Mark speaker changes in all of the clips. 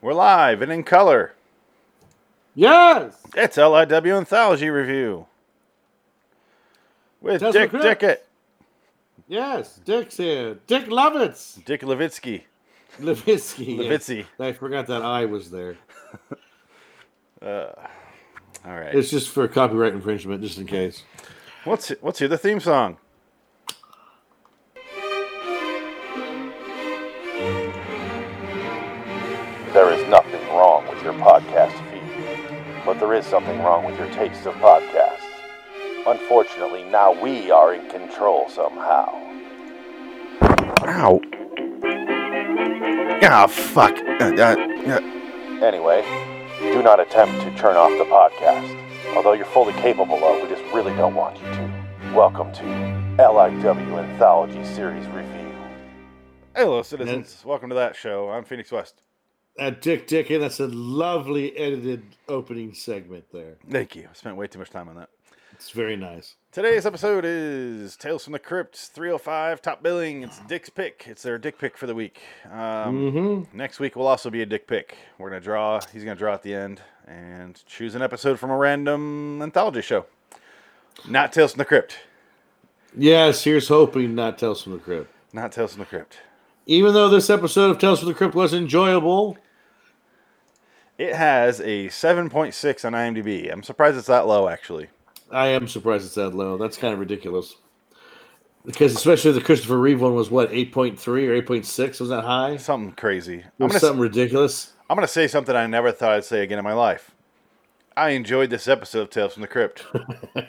Speaker 1: We're live and in color.
Speaker 2: Yes.
Speaker 1: It's LIW Anthology Review with
Speaker 2: Just
Speaker 1: Dick
Speaker 2: for Chris.
Speaker 1: Dickett,
Speaker 2: Yes. Dick's here. Dick Lovitz.
Speaker 1: Dick Levitsky.
Speaker 2: Levitsky.
Speaker 1: Levitsky.
Speaker 2: I forgot that I was there.
Speaker 1: All right.
Speaker 2: It's just for copyright infringement, just in case.
Speaker 1: What's what's your the theme song?
Speaker 3: There is nothing wrong with your podcast feed, but there is something wrong with your taste of podcasts. Unfortunately, now we are in control somehow.
Speaker 1: Ow. Ah, fuck. Uh, uh, uh,
Speaker 3: Anyway, do not attempt to turn off the podcast. Although you're fully capable of, we just really don't want you to. Welcome to LIW Anthology Series Review.
Speaker 1: Hello, citizens. Welcome to that show. I'm Phoenix West.
Speaker 2: That Dick Dickett. That's a lovely edited opening segment there.
Speaker 1: Thank you. I spent way too much time on that.
Speaker 2: It's very nice.
Speaker 1: Today's episode is Tales from the Crypts 305 Top Billing. It's Dick's Pick. It's their dick pick for the week. Um, Next week will also be a dick pick. We're going to draw, he's going to draw at the end and choose an episode from a random anthology show. Not Tales from the Crypt.
Speaker 2: Yes. Here's hoping not Tales from the Crypt.
Speaker 1: Not Tales from the Crypt.
Speaker 2: Even though this episode of Tales from the Crypt was enjoyable,
Speaker 1: It has a 7.6 on IMDb. I'm surprised it's that low, actually.
Speaker 2: I am surprised it's that low. That's kind of ridiculous. Because especially the Christopher Reeve one was what eight point three or eight point six was that high? It
Speaker 1: Something crazy. I'm
Speaker 2: was
Speaker 1: gonna,
Speaker 2: something ridiculous.
Speaker 1: I'm gonna say something I never thought I'd say again in my life. I enjoyed this episode of Tales from the Crypt.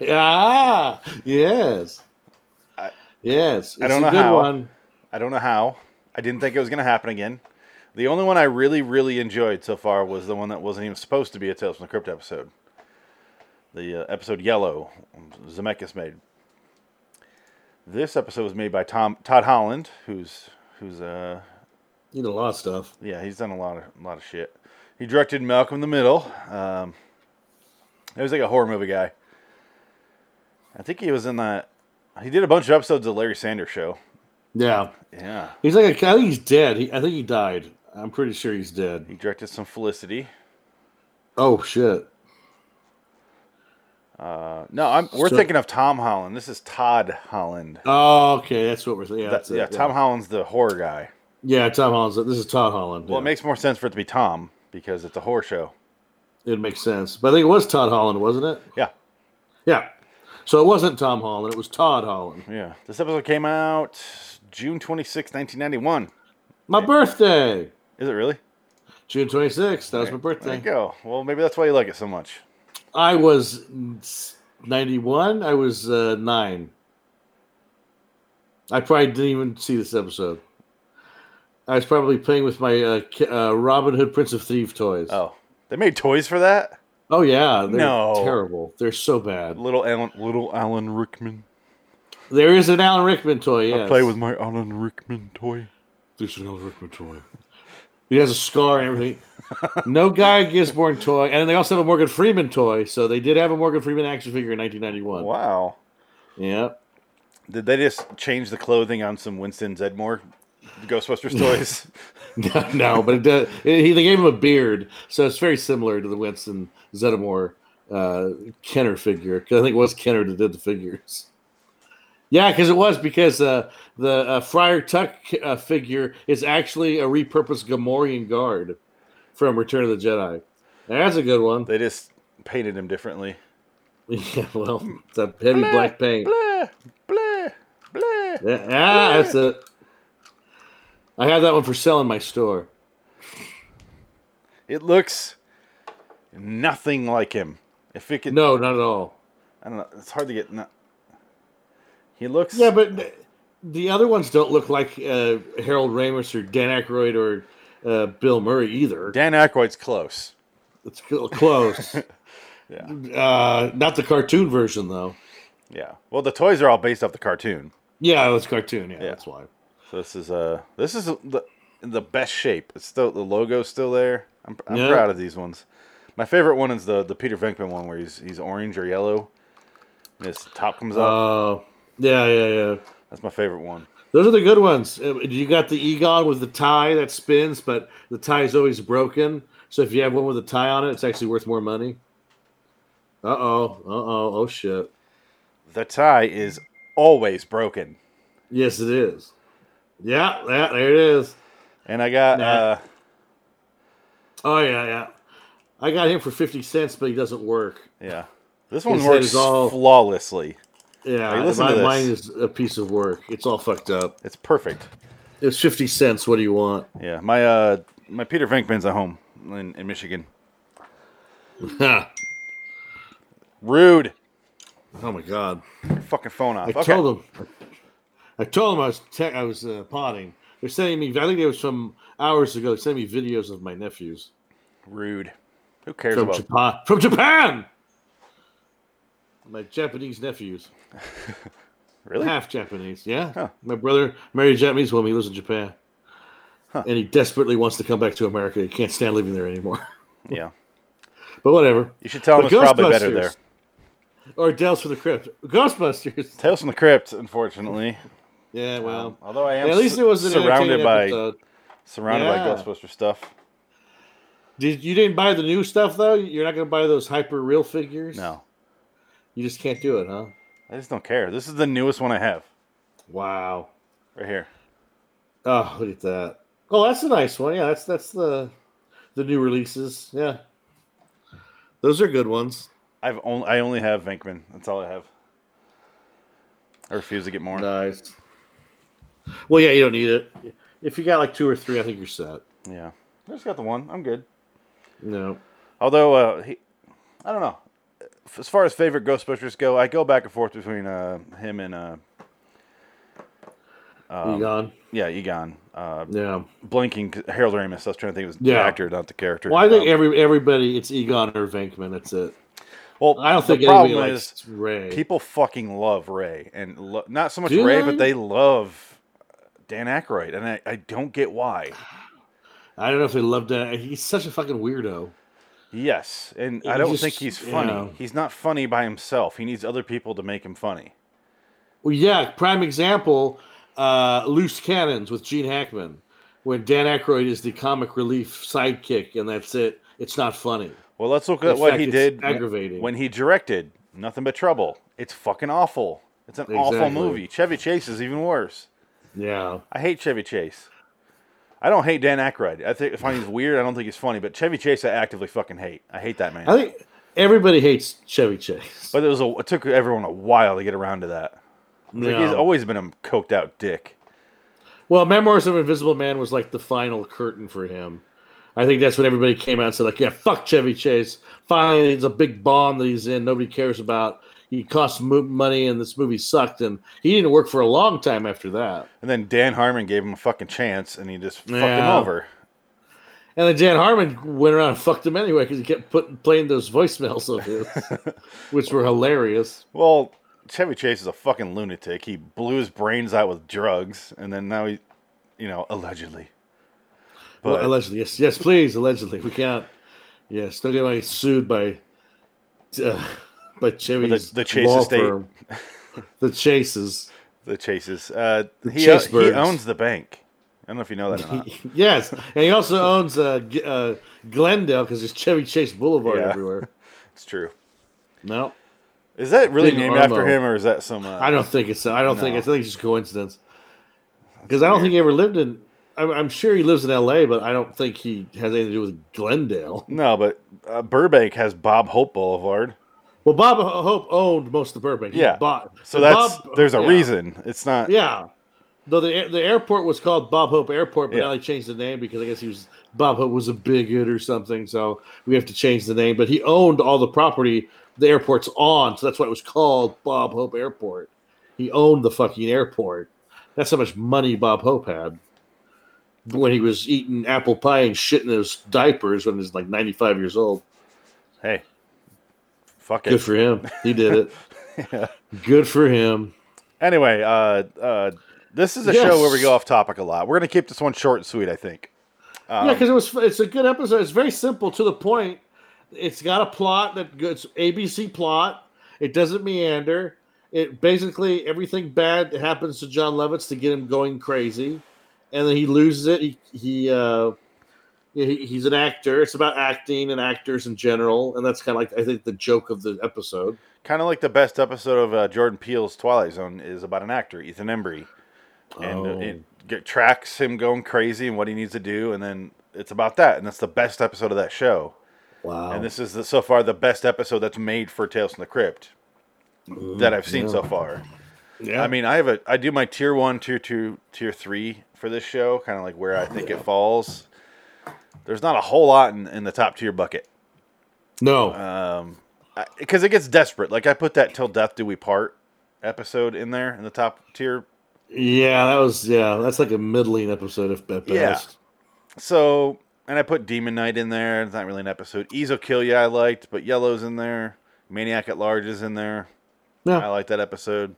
Speaker 2: ah, yes, yes. It's
Speaker 1: I don't
Speaker 2: a
Speaker 1: know
Speaker 2: good
Speaker 1: how.
Speaker 2: one.
Speaker 1: I don't know how. I didn't think it was gonna happen again. The only one I really, really enjoyed so far was the one that wasn't even supposed to be a Tales from the Crypt episode. The uh, episode Yellow, um, Zemeckis made. This episode was made by Tom Todd Holland, who's who's uh
Speaker 2: You know, a lot of stuff.
Speaker 1: Yeah, he's done a lot of a lot of shit. He directed Malcolm in the Middle. Um, he was like a horror movie guy. I think he was in that. He did a bunch of episodes of Larry Sanders Show.
Speaker 2: Yeah,
Speaker 1: Yeah,
Speaker 2: he's like a, I think he's dead. He, I think he died. I'm pretty sure he's
Speaker 1: he
Speaker 2: dead.
Speaker 1: directed some Felicity.
Speaker 2: Oh shit.
Speaker 1: Uh, no, I'm, we're
Speaker 2: So-
Speaker 1: thinking of Tom Holland. This is Todd Holland.
Speaker 2: Oh, okay, that's what we're saying. Yeah,
Speaker 1: That-
Speaker 2: that's it.
Speaker 1: yeah, Tom Holland's the horror guy.
Speaker 2: Yeah, Tom Holland. This is Todd Holland.
Speaker 1: Well,
Speaker 2: yeah.
Speaker 1: it makes more sense for it to be Tom because it's a horror show.
Speaker 2: it makes sense. But I think it was Todd Holland, wasn't it?
Speaker 1: Yeah,
Speaker 2: Yeah. So it wasn't Tom Holland. It was Todd Holland.
Speaker 1: yeah. This episode came out June 26, 1991.
Speaker 2: My birthday,
Speaker 1: Is it really?
Speaker 2: June 26th. That was
Speaker 1: There you
Speaker 2: my birthday.
Speaker 1: go. Well, maybe that's why you like it so much.
Speaker 2: I was 91. I was uh, nine. I probably didn't even see this episode. I was probably playing with my uh, ki- uh, Robin Hood Prince of Thieves toys.
Speaker 1: Oh, they made toys for that.
Speaker 2: Oh, yeah. They're
Speaker 1: No.
Speaker 2: terrible. They're so bad.
Speaker 1: Little Alan, little Alan Rickman.
Speaker 2: There is an Alan Rickman toy. Yes.
Speaker 1: Play with my Alan Rickman toy.
Speaker 2: There's an Alan Rickman toy. He has a scar and everything. No Guy Gisborne toy, and they also have a Morgan Freeman toy. So they did have a Morgan Freeman action figure in 1991.
Speaker 1: Wow.
Speaker 2: Yeah,
Speaker 1: Did they just change the clothing on some Winston Zedmore Ghostbusters toys?
Speaker 2: no, but it does, it, he, they gave him a beard, so it's very similar to the Winston Zeddemore uh, Kenner figure. 'cause I think it was Kenner that did the figures. Yeah, because it was because uh, the uh, Friar Tuck uh, figure is actually a repurposed Gamorrean guard from Return of the Jedi. That's a good one.
Speaker 1: they just painted him differently.
Speaker 2: Yeah, well, it's a heavy black paint.
Speaker 1: Blah, blah, blah.
Speaker 2: Yeah, ah, that's it. I have that one for sale in my store.
Speaker 1: It looks nothing like him. If it could,
Speaker 2: No, not at all.
Speaker 1: I don't know. It's hard to get. No. He looks.
Speaker 2: Yeah, but th- the other ones don't look like uh, Harold Ramis or Dan Aykroyd or uh, Bill Murray either.
Speaker 1: Dan Aykroyd's close.
Speaker 2: It's cl- close. uh, not the cartoon version though.
Speaker 1: Yeah. Well, the toys are all based off the cartoon.
Speaker 2: Yeah, it's cartoon. Yeah,
Speaker 1: Yeah.
Speaker 2: that's why.
Speaker 1: So this is uh this is the in the best shape. It's still the logo's still there. I'm, I'm
Speaker 2: Yeah.
Speaker 1: proud of these ones. My favorite one is the the Peter Venkman one where he's he's orange or yellow. And his top comes up.
Speaker 2: Uh, yeah, yeah, yeah.
Speaker 1: That's my favorite one.
Speaker 2: Those are the good ones. Uh, You got the Egon with the tie that spins, but the tie is always broken. So if you have one with a tie on it, it's actually worth more money. Uh oh. Uh oh. Oh shit.
Speaker 1: The tie is always broken.
Speaker 2: Yes, it is. Yeah, yeah, there it is.
Speaker 1: And I got
Speaker 2: Nah.
Speaker 1: uh,
Speaker 2: Oh yeah, yeah. I got him for fifty cents, but he doesn't work.
Speaker 1: yeah. This one
Speaker 2: His head
Speaker 1: works
Speaker 2: is all-
Speaker 1: flawlessly.
Speaker 2: Yeah,
Speaker 1: Hey, listen
Speaker 2: my-
Speaker 1: to this.
Speaker 2: mine is a piece of work. It's all fucked up.
Speaker 1: It's perfect.
Speaker 2: It's fifty cents. What do you want?
Speaker 1: Yeah, my uh, my Peter Venkman's at home in, in Michigan.
Speaker 2: oh
Speaker 1: Rude.
Speaker 2: my god!
Speaker 1: Your fucking phone off.
Speaker 2: I
Speaker 1: okay.
Speaker 2: told him. I told him I was te- I was uh, potting. They're sending me. I think it was from hours ago. They sent me videos of my nephews
Speaker 1: Rude. Who cares
Speaker 2: from
Speaker 1: about?
Speaker 2: Japan. From Japan. My Japanese nephews,
Speaker 1: Really?
Speaker 2: half Japanese. Yeah,
Speaker 1: Huh.
Speaker 2: my brother married a Japanese woman. He lives in Japan, and he desperately wants to come back to America. He can't stand living there anymore.
Speaker 1: Yeah.
Speaker 2: But whatever.
Speaker 1: You should tell him
Speaker 2: But
Speaker 1: it's probably better
Speaker 2: Ghostbusters.
Speaker 1: there.
Speaker 2: Or Tales from the Crypt. Ghostbusters.
Speaker 1: Tales from the Crypt, unfortunately.
Speaker 2: Yeah, well.
Speaker 1: Although I am
Speaker 2: at least
Speaker 1: su-
Speaker 2: it was an
Speaker 1: surrounded
Speaker 2: entertaining
Speaker 1: by
Speaker 2: episode.
Speaker 1: surrounded
Speaker 2: Yeah.
Speaker 1: by Ghostbuster stuff.
Speaker 2: Did you didn't buy the new stuff though? You're not going to buy those hyper real figures?
Speaker 1: No,
Speaker 2: You just can't do it, huh?
Speaker 1: I just don't care. This is the newest one I have
Speaker 2: Wow.
Speaker 1: right here.
Speaker 2: Oh, look at that. Oh, that's a nice one. Yeah, that's that's the the new releases. Yeah. Those are good ones.
Speaker 1: I've only I only have Venkman. That's all I have. I refuse to get more.
Speaker 2: Nice. Well, yeah, you don't need it. If you got like two or three, I think you're set.
Speaker 1: Yeah, I just got the one. I'm good.
Speaker 2: No.
Speaker 1: Although uh, he, I don't know. As far as favorite Ghostbusters go, I go back and forth between uh, him and uh, Um,
Speaker 2: you gone.
Speaker 1: yeah Egon, uh,
Speaker 2: Yeah.
Speaker 1: blinking Harold Ramis. I was trying to think it was the
Speaker 2: Yeah.
Speaker 1: actor, not the character.
Speaker 2: Well, I think
Speaker 1: Um,
Speaker 2: every everybody it's Egon or Venkman. That's it.
Speaker 1: well,
Speaker 2: I don't think
Speaker 1: the
Speaker 2: anybody
Speaker 1: problem
Speaker 2: likes
Speaker 1: is
Speaker 2: Ray.
Speaker 1: people fucking love Ray, and lo- not so much
Speaker 2: Do
Speaker 1: Ray,
Speaker 2: they?
Speaker 1: but they love Dan Aykroyd, and I, I don't get why.
Speaker 2: I don't know if they love that. He's such a fucking weirdo.
Speaker 1: Yes, and
Speaker 2: He
Speaker 1: I don't
Speaker 2: just-
Speaker 1: think he's funny.
Speaker 2: yeah.
Speaker 1: He's not funny by himself. He needs other people to make him funny.
Speaker 2: Well, yeah, prime example, uh, Loose Cannons with Gene Hackman, when Dan Aykroyd is the comic relief sidekick, and that's it. It's not funny.
Speaker 1: Well, let's look
Speaker 2: In
Speaker 1: at what
Speaker 2: fact,
Speaker 1: he
Speaker 2: it's
Speaker 1: did
Speaker 2: aggravating.
Speaker 1: when he directed Nothing But Trouble. It's fucking awful. It's an awful
Speaker 2: Exactly.
Speaker 1: movie. Chevy Chase is even worse.
Speaker 2: Yeah.
Speaker 1: I hate Chevy Chase. I don't hate Dan Aykroyd. I think I find he's weird. I don't think he's funny, but Chevy Chase I actively fucking hate. I hate that man.
Speaker 2: I think everybody hates Chevy Chase.
Speaker 1: But it was a, it took everyone a while to get around to that. Like,
Speaker 2: Yeah.
Speaker 1: he's always been a coked out dick.
Speaker 2: Well, Memoirs of Invisible Man was like the final curtain for him. I think that's when everybody came out and said, like, yeah, fuck Chevy Chase. Finally, it's a big bomb that he's in. Nobody cares about. He cost mo- money, and this movie sucked. And he didn't work for a long time after that.
Speaker 1: And then Dan Harmon gave him a fucking chance, and he just fucked him
Speaker 2: Yeah.
Speaker 1: over.
Speaker 2: And then Dan Harmon went around and fucked him anyway because he kept putting playing those voicemails of his, which were hilarious.
Speaker 1: Well, Chevy Chase is a fucking lunatic. He blew his brains out with drugs, and then now he, you know, allegedly.
Speaker 2: Well,
Speaker 1: But
Speaker 2: allegedly, yes, yes, please, allegedly, we can't. Yes, don't get anybody sued by, uh, by Chevy's
Speaker 1: the Chase
Speaker 2: law
Speaker 1: estate.
Speaker 2: firm. the Chases.
Speaker 1: the chases. Uh, he,
Speaker 2: Chase
Speaker 1: he
Speaker 2: birds.
Speaker 1: owns the bank. I don't know if you know that or not.
Speaker 2: Yes, and he also owns uh, G- uh, Glendale because there's Chevy Chase Boulevard
Speaker 1: Yeah.
Speaker 2: everywhere.
Speaker 1: It's true.
Speaker 2: No,
Speaker 1: Is that really
Speaker 2: Big
Speaker 1: named
Speaker 2: Armo.
Speaker 1: after him, or is that some? Uh,
Speaker 2: I don't think it's. I don't think
Speaker 1: No.
Speaker 2: it's. I think it's just coincidence. Because I don't think he ever lived in. I'm, I'm sure he lives in L.A., but I don't think he has anything to do with Glendale.
Speaker 1: No, but uh, Burbank has Bob Hope Boulevard.
Speaker 2: Well, Bob Ho- Hope owned most of Burbank. He
Speaker 1: Yeah.
Speaker 2: bought-
Speaker 1: So that's
Speaker 2: Bob-
Speaker 1: there's a
Speaker 2: yeah.
Speaker 1: reason. It's not.
Speaker 2: Yeah. Though the the airport was called Bob Hope Airport, but
Speaker 1: Yeah.
Speaker 2: now they changed the name because I guess he was Bob Hope was a bigot or something, so we have to change the name. But he owned all the property the airport's on, so that's why it was called Bob Hope Airport. He owned the fucking airport. That's how much money Bob Hope had when he was eating apple pie and shitting his diapers when he was like 95 years old.
Speaker 1: Hey, fuck it.
Speaker 2: Good for him. He did it. Good for him.
Speaker 1: Anyway, uh, uh, this is a
Speaker 2: Yes.
Speaker 1: show where we go off topic a lot. We're gonna keep this one short and sweet, I think. Um,
Speaker 2: yeah, because it was it's a good episode. It's very simple to the point. It's got a plot that goes ABC plot. It doesn't meander, it basically everything bad happens to John Lovitz to get him going crazy, and then he loses it. He he uh, he, he's an actor. It's about acting and actors in general, and that's kind of like I think the joke of the episode.
Speaker 1: Kind of like the best episode of uh, Jordan Peele's Twilight Zone is about an actor, Ethan Embry, and
Speaker 2: Oh.
Speaker 1: uh, it get, tracks him going crazy and what he needs to do, and then it's about that, and that's the best episode of that show.
Speaker 2: Wow,
Speaker 1: And this is the, so far the best episode that's made for Tales from the Crypt that I've seen so far.
Speaker 2: yeah,
Speaker 1: I mean, I have a I do my tier one, tier two, tier three for this show, kind of like
Speaker 2: Oh,
Speaker 1: where I think it falls. There's not a whole lot in, in the top tier bucket
Speaker 2: no,
Speaker 1: uh, because Um, it gets desperate. Like I put that "Till Death Do We Part" episode in there in the top tier.
Speaker 2: yeah, that was yeah, that's like a middling episode if at
Speaker 1: Yeah.
Speaker 2: best.
Speaker 1: So, and I put Demon Knight in there. It's not really an episode. Ease Will Kill Ya I liked, but Yellow's in there. Maniac at Large is in there.
Speaker 2: No,
Speaker 1: I like that episode.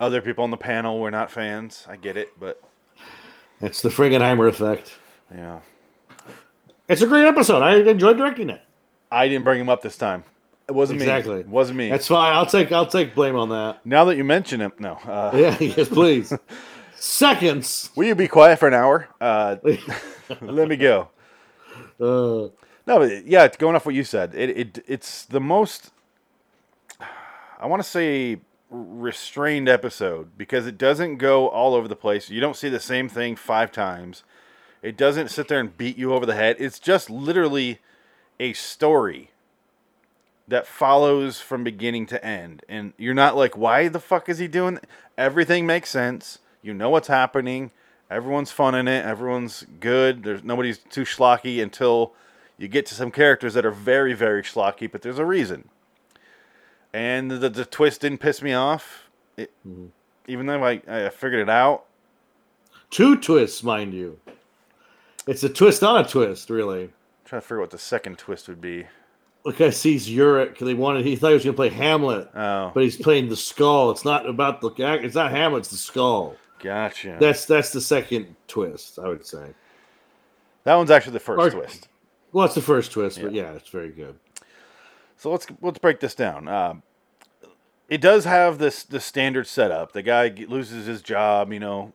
Speaker 1: Other people on the panel were not fans. I get it, but
Speaker 2: it's the Frankenheimer effect.
Speaker 1: yeah,
Speaker 2: It's a great episode. I enjoyed directing it.
Speaker 1: I didn't bring him up this time. It wasn't me.
Speaker 2: Exactly.
Speaker 1: It wasn't me.
Speaker 2: That's fine. I'll take I'll take blame on that.
Speaker 1: Now that you mention him, no. Uh,
Speaker 2: Yeah, yes, please. Seconds.
Speaker 1: will you be quiet for an hour? Uh, let me go.
Speaker 2: Uh,
Speaker 1: No, but yeah, it's going off what you said. It, it it's the most I want to say restrained episode because it doesn't go all over the place. You don't see the same thing five times. It doesn't sit there and beat you over the head. It's just literally a story that follows from beginning to end. And you're not like, why the fuck is he doing? th-" Everything makes sense. You know what's happening. Everyone's fun in it. Everyone's good. There's nobody's too schlocky until you get to some characters that are very, very schlocky, but there's a reason. And the, the twist didn't piss me off. It, Even though I, I figured it out,
Speaker 2: two twists, mind you. It's a twist on a twist, really.
Speaker 1: I'm trying to figure out what the second twist would be.
Speaker 2: Like I sees Urich. They wanted. He thought he was going to play Hamlet,
Speaker 1: Oh,
Speaker 2: but he's playing the skull. It's not about the. act- It's not Hamlet. It's the skull.
Speaker 1: gotcha.
Speaker 2: That's that's the second twist. I would say.
Speaker 1: that one's actually the first
Speaker 2: Or-
Speaker 1: twist.
Speaker 2: Well, it's the first twist, but yeah, it's very good.
Speaker 1: So let's let's break this down. Um, it does have this the standard setup. The guy g loses his job. You know,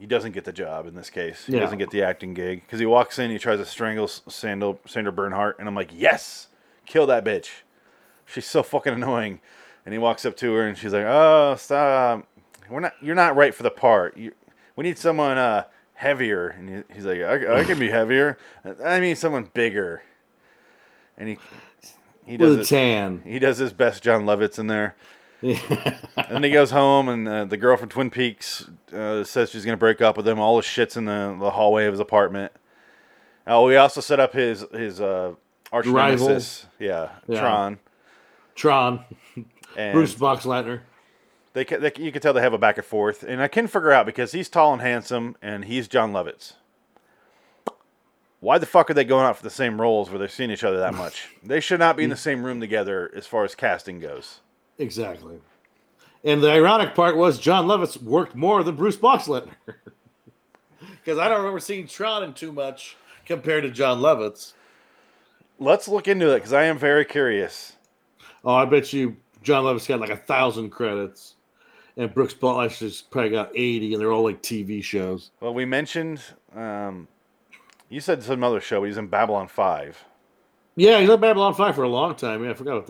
Speaker 1: he doesn't get the job in this case. He
Speaker 2: Yeah.
Speaker 1: doesn't get the acting gig because he walks in. He tries to strangle Sandra Sandra Bernhardt, and I'm like, yes, kill that bitch. She's so fucking annoying. And he walks up to her, and she's like, oh, stop. We're not. You're not right for the part. You, we need someone uh, heavier. And he- he's like, I, I can be heavier. I mean, someone bigger. And he. He does
Speaker 2: With a
Speaker 1: it-
Speaker 2: tan.
Speaker 1: he does his best John Lovitz in there. and then he goes home, and uh, the girl from Twin Peaks uh, says she's going to break up with him. All his shit's in the, the hallway of his apartment. Oh, we also set up his his uh, arch
Speaker 2: Rival.
Speaker 1: nemesis, yeah,
Speaker 2: Yeah.
Speaker 1: Tron.
Speaker 2: Tron.
Speaker 1: And
Speaker 2: Bruce Boxleitner.
Speaker 1: They, ca- they ca- you can tell they have a back and forth, and I can figure out because he's tall and handsome, and he's John Lovitz. Why the fuck are they going out for the same roles where they're seeing each other that much? they should not be in the same room together as far as casting goes.
Speaker 2: Exactly. And the ironic part was John Lovitz worked more than Bruce Boxleitner. Because I don't remember seeing Tron in too much compared to John Lovitz.
Speaker 1: Let's look into it because I am very curious.
Speaker 2: Oh, I bet you John Lovitz got like a thousand credits. And Brooks Boxleitner's probably got 80, and they're all like TV shows.
Speaker 1: Well, we mentioned um, you said some other show. He's in Babylon Five.
Speaker 2: Yeah, he's on Babylon 5 for a long time. Yeah, I forgot about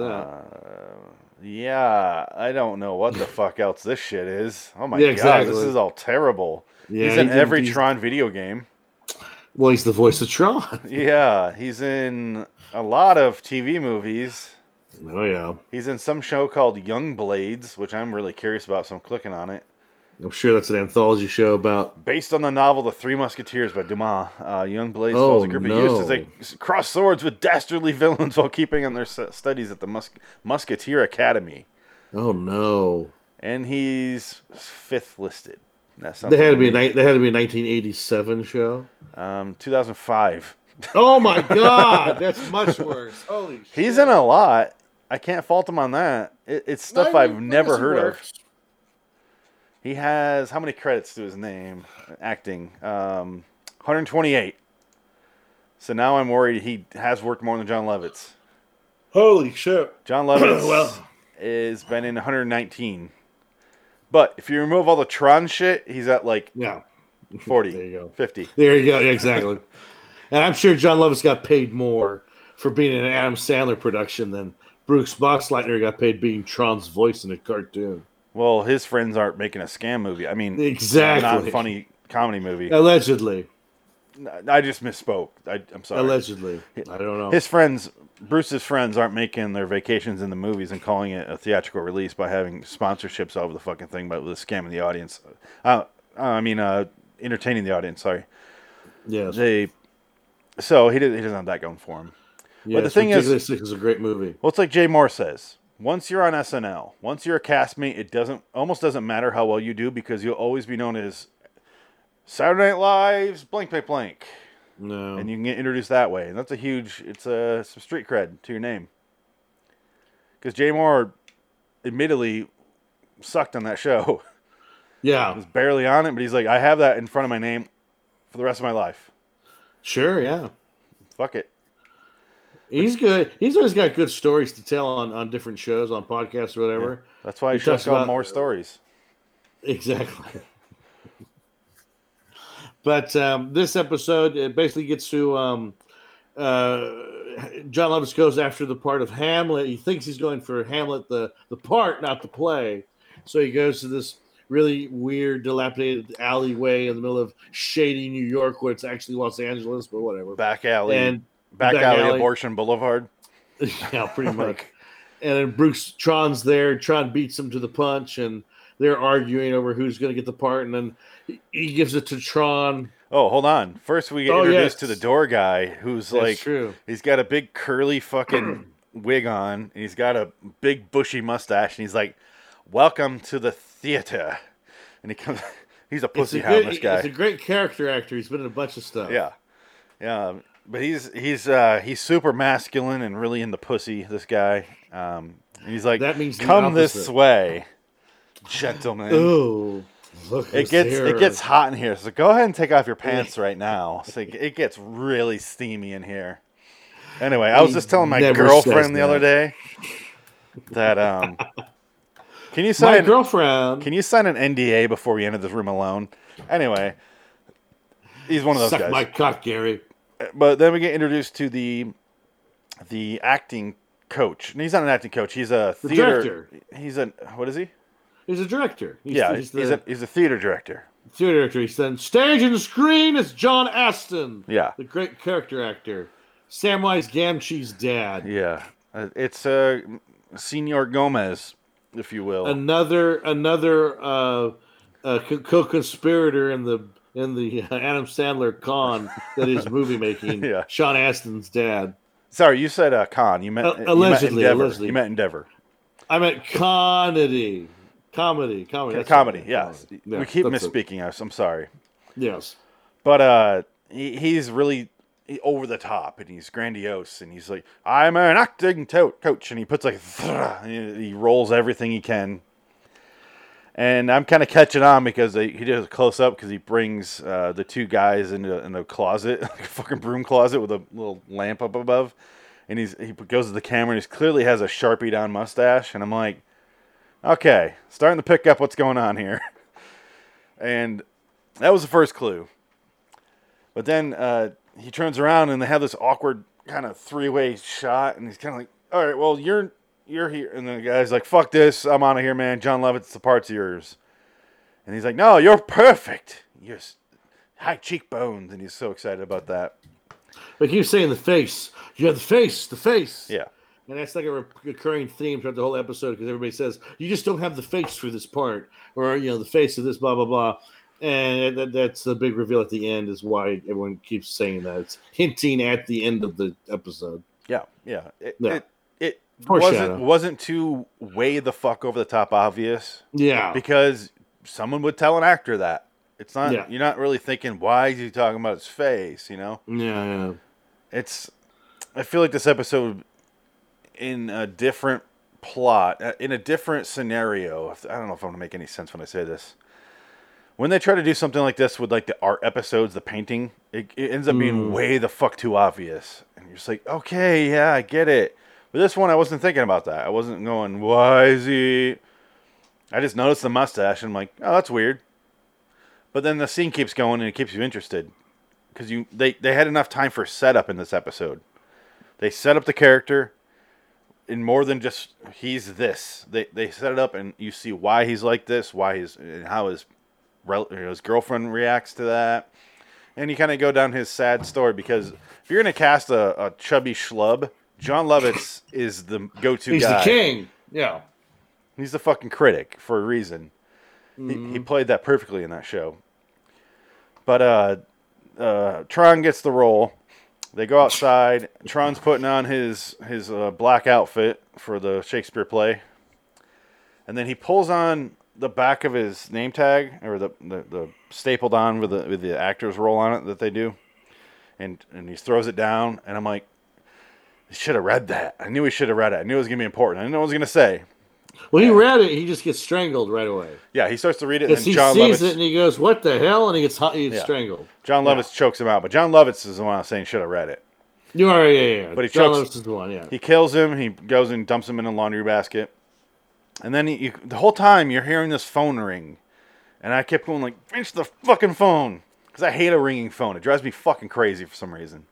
Speaker 2: that.
Speaker 1: Yeah, I don't know what the fuck else this shit is. Oh my
Speaker 2: Yeah,
Speaker 1: god, this
Speaker 2: exactly.
Speaker 1: is all terrible.
Speaker 2: Yeah,
Speaker 1: he's in
Speaker 2: he did-
Speaker 1: every
Speaker 2: he's-
Speaker 1: Tron video game.
Speaker 2: well, he's the voice of Tron.
Speaker 1: Yeah, he's in a lot of TV movies.
Speaker 2: oh, yeah.
Speaker 1: He's in some show called Young Blades, which I'm really curious about, so I'm clicking on it.
Speaker 2: I'm sure that's an anthology show about.
Speaker 1: Based on the novel The Three Musketeers by Dumas, uh, Young Blades
Speaker 2: Oh,
Speaker 1: follows a group of youths as
Speaker 2: no.
Speaker 1: they s- cross swords with dastardly villains while keeping on their s- studies at the Mus- Musketeer Academy.
Speaker 2: Oh, no.
Speaker 1: And he's fifth listed. That's
Speaker 2: They
Speaker 1: something.
Speaker 2: had to be a, ni- they had to be a 1987 show.
Speaker 1: um, 2005.
Speaker 2: Oh my god, that's much worse. Holy shit.
Speaker 1: He's in a lot. I can't fault him on that. It, it's stuff I've never heard of. He has how many credits to his name? Acting, um, 128. So now I'm worried he has worked more than John Lovitz.
Speaker 2: Holy shit.
Speaker 1: John Lovitz.
Speaker 2: Well-
Speaker 1: has been in 119. But if you remove all the Tron shit, he's at like
Speaker 2: Yeah. There
Speaker 1: 40,
Speaker 2: you go.
Speaker 1: 50.
Speaker 2: There you go. Yeah, exactly. and I'm sure John Lovitz got paid more for being in an Adam Sandler production than Bruce Boxleitner got paid being Tron's voice in a cartoon.
Speaker 1: Well, his friends aren't making a scam movie. I mean,
Speaker 2: Exactly.
Speaker 1: not funny comedy movie.
Speaker 2: Allegedly.
Speaker 1: I just misspoke. I, I'm sorry.
Speaker 2: Allegedly. I don't know.
Speaker 1: His friends, Bruce's friends, aren't making their vacations in the movies and calling it a theatrical release by having sponsorships all over the fucking thing, but with scamming the audience. Uh, I mean, uh, entertaining the audience. Sorry.
Speaker 2: yes.
Speaker 1: They. So he, did, he doesn't have that going for him.
Speaker 2: Yes,
Speaker 1: the thing is-
Speaker 2: Ridiculous Six is a great movie.
Speaker 1: Well, it's like Jay Moore says. Once you're on SNL, once you're a castmate, it doesn't almost doesn't matter how well you do because you'll always be known as Saturday Night Live's blank blank blank,
Speaker 2: No.
Speaker 1: and you can get introduced that way. And that's a huge, it's a some street cred to your name. Because Jay Moore, admittedly, sucked on that show.
Speaker 2: yeah.
Speaker 1: was barely on it, but he's like, I have that in front of my name for the rest of my life.
Speaker 2: Sure. Yeah.
Speaker 1: Fuck it.
Speaker 2: He's good. He's always got good stories to tell on, on different shows, on podcasts or whatever.
Speaker 1: That's why I
Speaker 2: He
Speaker 1: should
Speaker 2: talks
Speaker 1: tell
Speaker 2: about-
Speaker 1: more stories.
Speaker 2: Exactly. but um, this episode it basically gets to um, uh, John Lovitz goes after the part of Hamlet. He thinks he's going for Hamlet, the the part, not the play. So he goes to this really weird, dilapidated alleyway in the middle of shady New York, where it's actually Los Angeles, but whatever.
Speaker 1: Back alley.
Speaker 2: and
Speaker 1: back,
Speaker 2: back
Speaker 1: alley,
Speaker 2: alley.
Speaker 1: abortion boulevard.
Speaker 2: yeah, pretty much. and then Bruce Tron's there. Tron beats him to the punch, and they're arguing over who's going to get the part. And then he- he gives it to Tron.
Speaker 1: Oh, hold on. First, we get
Speaker 2: Oh,
Speaker 1: introduced to the
Speaker 2: yes.
Speaker 1: door guy, who's
Speaker 2: That's
Speaker 1: like,
Speaker 2: true.
Speaker 1: he's got a big curly fucking wig on, and he's got a big bushy mustache, and he's like, "Welcome to the theater." And he comes, he's a
Speaker 2: It's
Speaker 1: pussy
Speaker 2: a,
Speaker 1: hound.
Speaker 2: good, e,
Speaker 1: This
Speaker 2: it's
Speaker 1: guy,
Speaker 2: a great character actor. He's been in a bunch of stuff.
Speaker 1: yeah, yeah. um, But he's he's uh, he's super masculine and really into pussy. This guy, um, and he's like,
Speaker 2: That means the
Speaker 1: come this
Speaker 2: opposite."
Speaker 1: way, gentlemen."
Speaker 2: Oh, look.
Speaker 1: It
Speaker 2: who's
Speaker 1: gets
Speaker 2: here.
Speaker 1: it gets hot in here, so go ahead and take off your pants right now. So it it gets really steamy in here. Anyway, I was
Speaker 2: He
Speaker 1: just telling my
Speaker 2: never says
Speaker 1: girlfriend the other
Speaker 2: that.
Speaker 1: day that um, can you
Speaker 2: my
Speaker 1: sign
Speaker 2: girlfriend.
Speaker 1: can you sign an NDA before we enter this room alone? Anyway, he's one of those
Speaker 2: suck
Speaker 1: guys.
Speaker 2: my cock, Gary.
Speaker 1: But then we get introduced to the the acting coach, and he's not an acting coach. He's a
Speaker 2: The
Speaker 1: theater.
Speaker 2: director.
Speaker 1: He's a what is he?
Speaker 2: He's a director. He's,
Speaker 1: yeah,
Speaker 2: he's
Speaker 1: he's,
Speaker 2: the
Speaker 1: a, he's a theater director.
Speaker 2: theater director. He's then stage and screen. It's John Aston.
Speaker 1: Yeah.
Speaker 2: the great character actor, Samwise Gamgee's dad.
Speaker 1: Yeah, uh, it's uh, Senor Gomez, if you will.
Speaker 2: another another uh, uh, co- co-conspirator in the in the uh, Adam Sandler con that is movie making.
Speaker 1: Yeah.
Speaker 2: Sean Astin's dad.
Speaker 1: Sorry, you said uh, Khan. You meant
Speaker 2: Uh,
Speaker 1: you meant
Speaker 2: allegedly,
Speaker 1: Endeavor.
Speaker 2: allegedly.
Speaker 1: You meant Endeavor.
Speaker 2: I meant comedy, comedy, comedy, that's what I
Speaker 1: comedy.
Speaker 2: meant,
Speaker 1: Yes,
Speaker 2: comedy. Yeah,
Speaker 1: we keep
Speaker 2: that's it.
Speaker 1: misspeaking us. I'm sorry,
Speaker 2: Yes,
Speaker 1: but uh, he, he's really over the top and he's grandiose and he's like, I'm an acting to- coach, and he puts like, and he he rolls everything he can. And I'm kind of catching on because they, he does a close up because he brings uh, the two guys into in the closet, like a fucking broom closet with a little lamp up above, and he's he goes to the camera and he clearly has a sharpie down mustache, and I'm like, okay, starting to pick up what's going on here, and that was the first clue. But then uh, he turns around and they have this awkward kind of three way shot, and he's kind of like, "All right, well you're you're here," and the guy's like, "Fuck this, I'm out of here, man. John Lovitz, the part's yours." And he's like, "No, you're perfect. You're s- high cheekbones," and he's so excited about that.
Speaker 2: but keep saying the face. You have the face, the face.
Speaker 1: Yeah,
Speaker 2: And that's like a re- recurring theme throughout the whole episode because everybody says you just don't have the face for this part, or you know the face of this blah blah blah, and that, that's the big reveal at the end is why everyone keeps saying that. It's hinting at the end of the episode.
Speaker 1: yeah, yeah. It
Speaker 2: Yeah.
Speaker 1: it, it
Speaker 2: Foreshadow.
Speaker 1: wasn't wasn't too way the fuck over the top obvious
Speaker 2: Yeah,
Speaker 1: because someone would tell an actor that. It's not
Speaker 2: Yeah.
Speaker 1: you're not really thinking why is he talking about his face, you know?
Speaker 2: yeah, yeah.
Speaker 1: it's i feel like this episode in a different plot uh, in a different scenario if- i don't know if i'm gonna make any sense when i say this when they try to do something like this with like the art episodes the painting it, it ends up being way the fuck too obvious and you're just like okay yeah i get it but But this one, I wasn't thinking about that. I wasn't going, why is he? I just noticed the mustache and I'm like, oh, that's weird. But then the scene keeps going and it keeps you interested because you they, they had enough time for setup in this episode. They set up the character in more than just he's this. They they set it up and you see why he's like this, why his and how his rel- you know, his girlfriend reacts to that, and you kind of go down his sad story because if you're gonna cast a, a chubby schlub, John Lovitz is the go-to
Speaker 2: He's
Speaker 1: guy.
Speaker 2: the king. Yeah.
Speaker 1: He's the fucking critic for a reason. He, he played that perfectly in that show. But uh, uh, Tron gets the role. They go outside. Tron's putting on his his uh, black outfit for the Shakespeare play, and then he pulls on the back of his name tag or the the, the stapled on with the with the actor's roll on it that they do, and and he throws it down. And I'm like, I should have read that. I knew he should have read it. I knew it was gonna be important. I didn't know what it was gonna say.
Speaker 2: Well, he read it. He just gets strangled right away.
Speaker 1: Yeah, he starts to read it, and
Speaker 2: Because
Speaker 1: then
Speaker 2: he
Speaker 1: John
Speaker 2: sees
Speaker 1: Lovitz,
Speaker 2: it and he goes, "What the hell?" and he gets hu- he gets
Speaker 1: Yeah.
Speaker 2: strangled.
Speaker 1: John Lovitz chokes him out, but John Lovitz is the one I was saying should have read it.
Speaker 2: You are, yeah, yeah. yeah.
Speaker 1: But he
Speaker 2: John
Speaker 1: chokes-
Speaker 2: Lovitz is the one, yeah.
Speaker 1: He kills him. He goes and dumps him in a laundry basket, and then he, you, the whole time you're hearing this phone ring, and I kept going like, "Finish the fucking phone," because I hate a ringing phone. It drives me fucking crazy for some reason.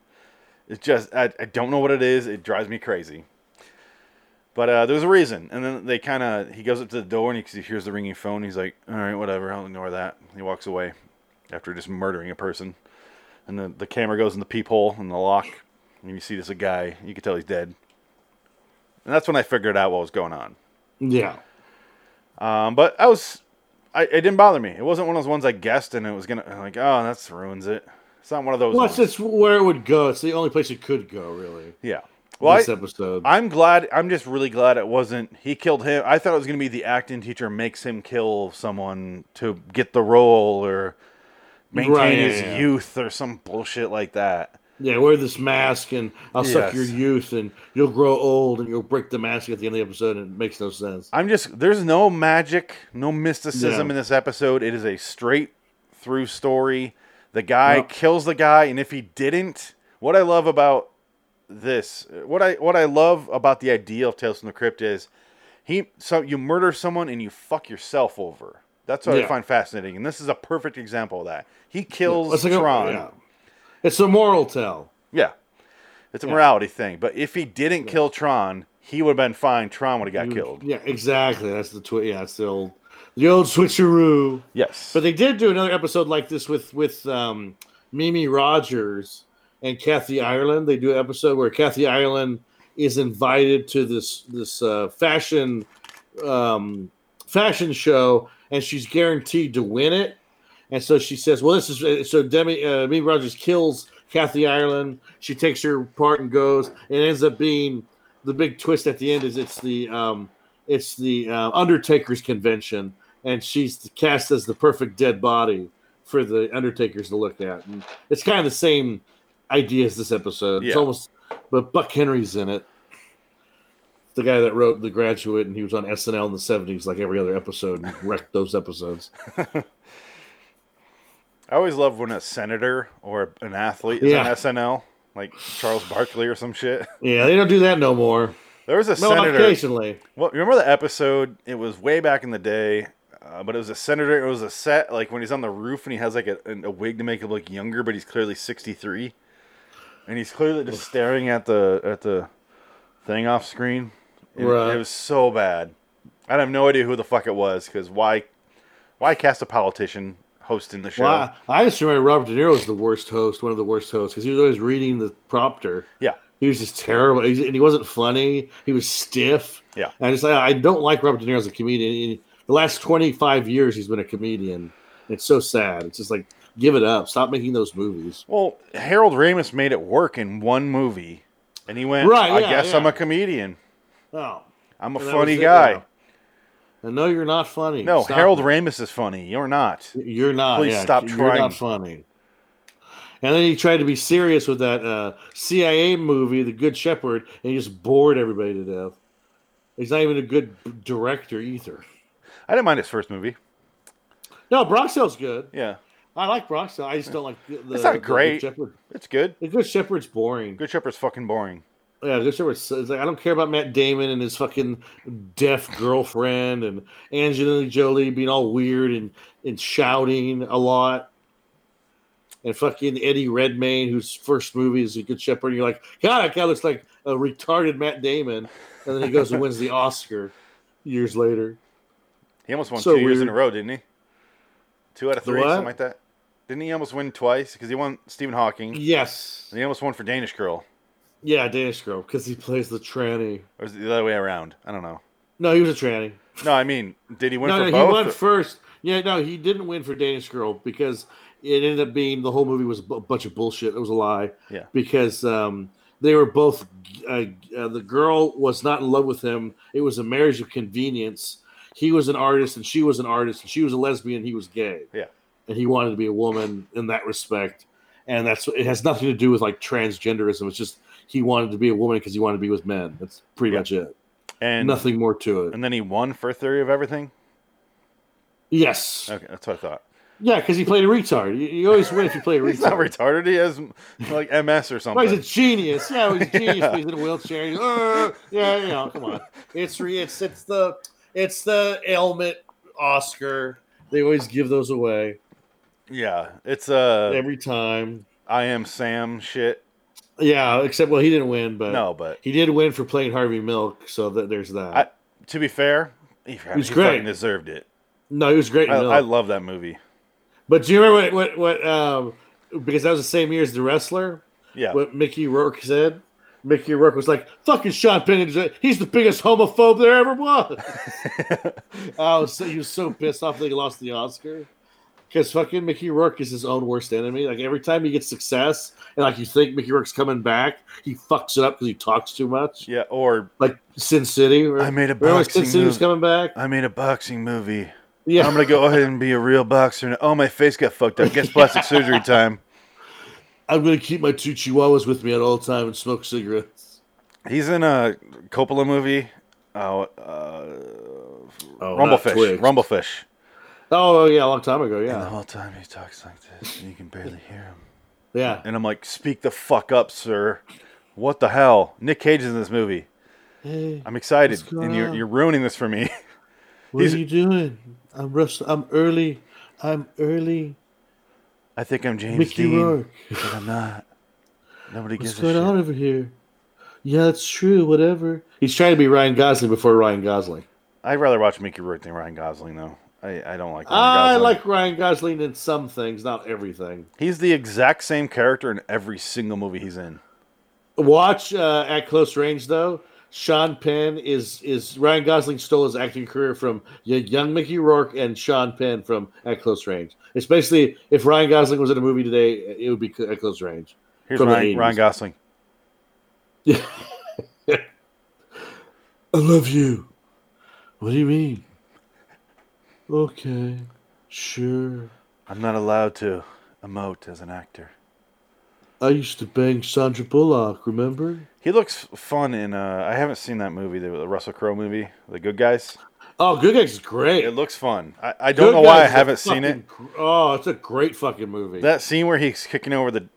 Speaker 1: It's just I, I don't know what it is. It drives me crazy. But uh, there's a reason. And then they kind of he goes up to the door and he, 'cause he hears the ringing phone. He's like, "All right, whatever. I'll ignore that." He walks away after just murdering a person. And the, the camera goes in the peephole in the lock, and you see this a guy. You can tell he's dead. And that's when I figured out what was going on.
Speaker 2: yeah.
Speaker 1: Um, but I was, I it didn't bother me. It wasn't one of those ones I guessed, and it was gonna I'm like, oh, that's ruins it. It's not one of those.
Speaker 2: Well, it's
Speaker 1: ones.
Speaker 2: just where it would go. It's the only place it could go, really.
Speaker 1: Yeah. Well,
Speaker 2: this
Speaker 1: I,
Speaker 2: episode.
Speaker 1: I'm glad. I'm just really glad it wasn't. He killed him. I thought it was gonna be the acting teacher makes him kill someone to get the role or maintain
Speaker 2: Right, yeah,
Speaker 1: his
Speaker 2: yeah.
Speaker 1: youth or some bullshit like that.
Speaker 2: yeah, wear this mask and I'll
Speaker 1: Yes.
Speaker 2: suck your youth and you'll grow old and you'll break the mask at the end of the episode and it makes no sense.
Speaker 1: I'm just there's no magic, no mysticism
Speaker 2: Yeah.
Speaker 1: in this episode. It is a straight through story. The guy
Speaker 2: Yep.
Speaker 1: kills the guy, and if he didn't, what I love about this, what I what I love about the idea of Tales from the Crypt is he so you murder someone and you fuck yourself over. That's what I
Speaker 2: Yeah.
Speaker 1: find fascinating, and this is a perfect example of that. He kills
Speaker 2: It's like a-
Speaker 1: Tron.
Speaker 2: yeah. It's a moral tell.
Speaker 1: Yeah. It's a morality thing. But if he didn't kill Tron, he would have been fine. Tron would have got killed.
Speaker 2: Yeah, exactly. That's the twi- Yeah, it's the old, the old switcheroo.
Speaker 1: Yes.
Speaker 2: But they did do another episode like this with with um, Mimi Rogers and Kathy Ireland. They do an episode where Kathy Ireland is invited to this this uh, fashion um, fashion show, and she's guaranteed to win it. And so she says, "Well, this is so." Demi uh, Mimi Rogers kills Kathy Ireland. She takes her part and goes, and it ends up being the big twist at the end. Is it's the um, it's the uh, Undertaker's convention, and she's cast as the perfect dead body for the Undertakers to look at. And it's kind of the same idea as this episode. It's
Speaker 1: Yeah.
Speaker 2: almost, but Buck Henry's in it. The guy that wrote The Graduate, and he was on SNL in the '70s, like every other episode, and wrecked those episodes.
Speaker 1: I always love when a senator or an athlete is on
Speaker 2: Yeah.
Speaker 1: SNL, like Charles Barkley or some shit.
Speaker 2: Yeah, they don't do that no more.
Speaker 1: There was a
Speaker 2: No,
Speaker 1: senator.
Speaker 2: occasionally.
Speaker 1: Well, remember the episode? It was way back in the day, uh, but it was a senator. It was a set like when he's on the roof and he has like a, a wig to make him look younger, but he's clearly sixty three, and he's clearly just staring at the at the thing off screen. And
Speaker 2: Right.
Speaker 1: It was so bad. I have no idea who the fuck it was because why? Why cast a politician hosting the show?
Speaker 2: Well, I, I just remember Robert De Niro was the worst host, one of the worst hosts, because he was always reading the prompter.
Speaker 1: Yeah.
Speaker 2: He was just terrible, He's- and he wasn't funny. He was stiff.
Speaker 1: Yeah.
Speaker 2: and I just I don't like Robert De Niro as a comedian. And the last twenty five years, he's been a comedian. It's so sad. It's just like give it up. Stop making those movies.
Speaker 1: Well, Harold Ramis made it work in one movie, and he went,
Speaker 2: Right,
Speaker 1: "I
Speaker 2: yeah,
Speaker 1: guess I'm
Speaker 2: yeah.
Speaker 1: a comedian.
Speaker 2: Oh,
Speaker 1: I'm a
Speaker 2: and that
Speaker 1: funny
Speaker 2: was it
Speaker 1: guy."
Speaker 2: now. And no, you're not funny.
Speaker 1: No,
Speaker 2: Stop
Speaker 1: Harold
Speaker 2: it.
Speaker 1: Ramis is funny. You're not.
Speaker 2: You're not.
Speaker 1: Please
Speaker 2: yeah,
Speaker 1: stop
Speaker 2: you're
Speaker 1: trying.
Speaker 2: not funny. And then he tried to be serious with that uh, CIA movie, The Good Shepherd, and he just bored everybody to death. He's not even a good b- director either.
Speaker 1: I didn't mind his first movie.
Speaker 2: No, Broxel's good.
Speaker 1: Yeah,
Speaker 2: I like Broxel. I just don't like the. the
Speaker 1: It's not
Speaker 2: the
Speaker 1: great.
Speaker 2: Good Shepherd.
Speaker 1: it's good.
Speaker 2: The Good Shepherd's boring.
Speaker 1: Good Shepherd's fucking boring.
Speaker 2: Yeah, this show was, it's like I don't care about Matt Damon and his fucking deaf girlfriend and Angelina Jolie being all weird and, and shouting a lot. And fucking Eddie Redmayne, whose first movie is a good shepherd, and you're like, God, that guy looks like a retarded Matt Damon. And then he goes and wins the Oscar years later.
Speaker 1: He almost won
Speaker 2: So
Speaker 1: two years in
Speaker 2: weird.
Speaker 1: a row, didn't he? Two out of
Speaker 2: The
Speaker 1: three, something
Speaker 2: what?
Speaker 1: like that. Didn't he almost win twice? Because he won Stephen Hawking.
Speaker 2: Yes.
Speaker 1: And he almost won for Danish Girl.
Speaker 2: Yeah, Danish girl, because he plays the tranny.
Speaker 1: Or was it the other way around? I don't know.
Speaker 2: No, he was a tranny.
Speaker 1: No, I mean, did he win
Speaker 2: no,
Speaker 1: for
Speaker 2: no,
Speaker 1: both?
Speaker 2: he won
Speaker 1: or-
Speaker 2: first. Yeah, no, he didn't win for Danish Girl because it ended up being the whole movie was a bu- bunch of bullshit. It was a lie.
Speaker 1: Yeah.
Speaker 2: Because um, they were both, uh, uh, the girl was not in love with him. It was a marriage of convenience. He was an artist and she was an artist and she was a lesbian. He was gay.
Speaker 1: Yeah.
Speaker 2: And he wanted to be a woman in that respect. And that's, it has nothing to do with like transgenderism. It's just he wanted to be a woman because he wanted to be with men. That's pretty
Speaker 1: Yeah.
Speaker 2: much it.
Speaker 1: and
Speaker 2: nothing more to it.
Speaker 1: And then he won for Theory of Everything.
Speaker 2: yes.
Speaker 1: Okay, that's what I thought.
Speaker 2: Yeah, because he played a retard. You, you always win if you play a retard.
Speaker 1: He's not retarded. He has like MS or
Speaker 2: Well,
Speaker 1: something.
Speaker 2: he's a genius. Yeah, he's a genius. but He's in a wheelchair. He's, "Uh, yeah, you know, come on. It's re- it's it's the it's the ailment Oscar. They always give those away
Speaker 1: yeah, it's uh,
Speaker 2: every time.
Speaker 1: I am Sam shit.
Speaker 2: Yeah, except well, he didn't win, but
Speaker 1: No, but
Speaker 2: he did win for playing Harvey Milk. So that there's that.
Speaker 1: I- to be fair, he,
Speaker 2: was
Speaker 1: he
Speaker 2: great.
Speaker 1: fucking deserved it.
Speaker 2: no, he was great. in
Speaker 1: I,
Speaker 2: Milk.
Speaker 1: I love that movie.
Speaker 2: but do you remember what what, what um, because that was the same year as the wrestler?
Speaker 1: Yeah,
Speaker 2: what Mickey Rourke said. Mickey Rourke was like, "Fucking Sean Penn, is- he's the biggest homophobe there ever was." oh, so he was so pissed off that he lost the Oscar because fucking Mickey Rourke is his own worst enemy. Like every time he gets success, and like you think Mickey Rourke's coming back, he fucks it up because he talks too much.
Speaker 1: yeah. Or
Speaker 2: Like Sin City, right?
Speaker 1: I made a
Speaker 2: remember when Sin
Speaker 1: boxing
Speaker 2: City was
Speaker 1: movie.
Speaker 2: coming back.
Speaker 1: I made a boxing movie.
Speaker 2: Yeah,
Speaker 1: I'm gonna go ahead and be a real boxer. now. Oh, my face got fucked up. Guess plastic surgery time.
Speaker 2: I'm gonna keep my two chihuahuas with me at all time and smoke cigarettes.
Speaker 1: He's in a Coppola movie. Oh, uh,
Speaker 2: Oh, not
Speaker 1: Rumblefish.
Speaker 2: Twix.
Speaker 1: Rumblefish.
Speaker 2: Oh yeah, a long time ago.
Speaker 1: And the
Speaker 2: Yeah,
Speaker 1: whole time he talks like this, and you can barely hear him.
Speaker 2: yeah.
Speaker 1: And I'm like, speak the fuck up, sir. What the hell? Nick Cage is in this movie.
Speaker 2: Hey.
Speaker 1: I'm excited,
Speaker 2: What's going
Speaker 1: and you're,
Speaker 2: on?
Speaker 1: you're ruining this for me.
Speaker 2: What
Speaker 1: He's-
Speaker 2: are you doing? I'm rush. I'm early. I'm early.
Speaker 1: I think I'm James
Speaker 2: Mickey
Speaker 1: Dean,
Speaker 2: Rourke.
Speaker 1: but I'm not. Nobody
Speaker 2: What's
Speaker 1: gives
Speaker 2: going
Speaker 1: a
Speaker 2: on
Speaker 1: shit.
Speaker 2: over here? Yeah, it's true. Whatever. He's trying to be Ryan Gosling before Ryan Gosling.
Speaker 1: I'd rather watch Mickey Rourke than Ryan Gosling, though. I, I don't like Ryan
Speaker 2: I
Speaker 1: Gosling.
Speaker 2: like Ryan Gosling in some things, not everything.
Speaker 1: He's the exact same character in every single movie he's in.
Speaker 2: Watch uh, at close range though. Sean Penn is is Ryan Gosling stole his acting career from y- young Mickey Rourke and Sean Penn from At Close Range. It's basically if Ryan Gosling was in a movie today, it would be At Close Range.
Speaker 1: Here's
Speaker 2: From the
Speaker 1: Ryan,
Speaker 2: 80s.
Speaker 1: Ryan Gosling.
Speaker 2: I love you. What do you mean? Okay, sure.
Speaker 1: I'm not allowed to emote as an actor.
Speaker 2: I used to bang Sandra Bullock, remember?
Speaker 1: He looks fun in. Uh, I haven't seen that movie, the, the Russell Crowe movie, The Good Guys.
Speaker 2: Oh, Good Guys is great.
Speaker 1: It looks fun. I, I don't
Speaker 2: Good
Speaker 1: know why I
Speaker 2: Guys is a
Speaker 1: haven't seen it.
Speaker 2: fucking gr- Oh, it's a great fucking movie.
Speaker 1: That scene where he's kicking over the,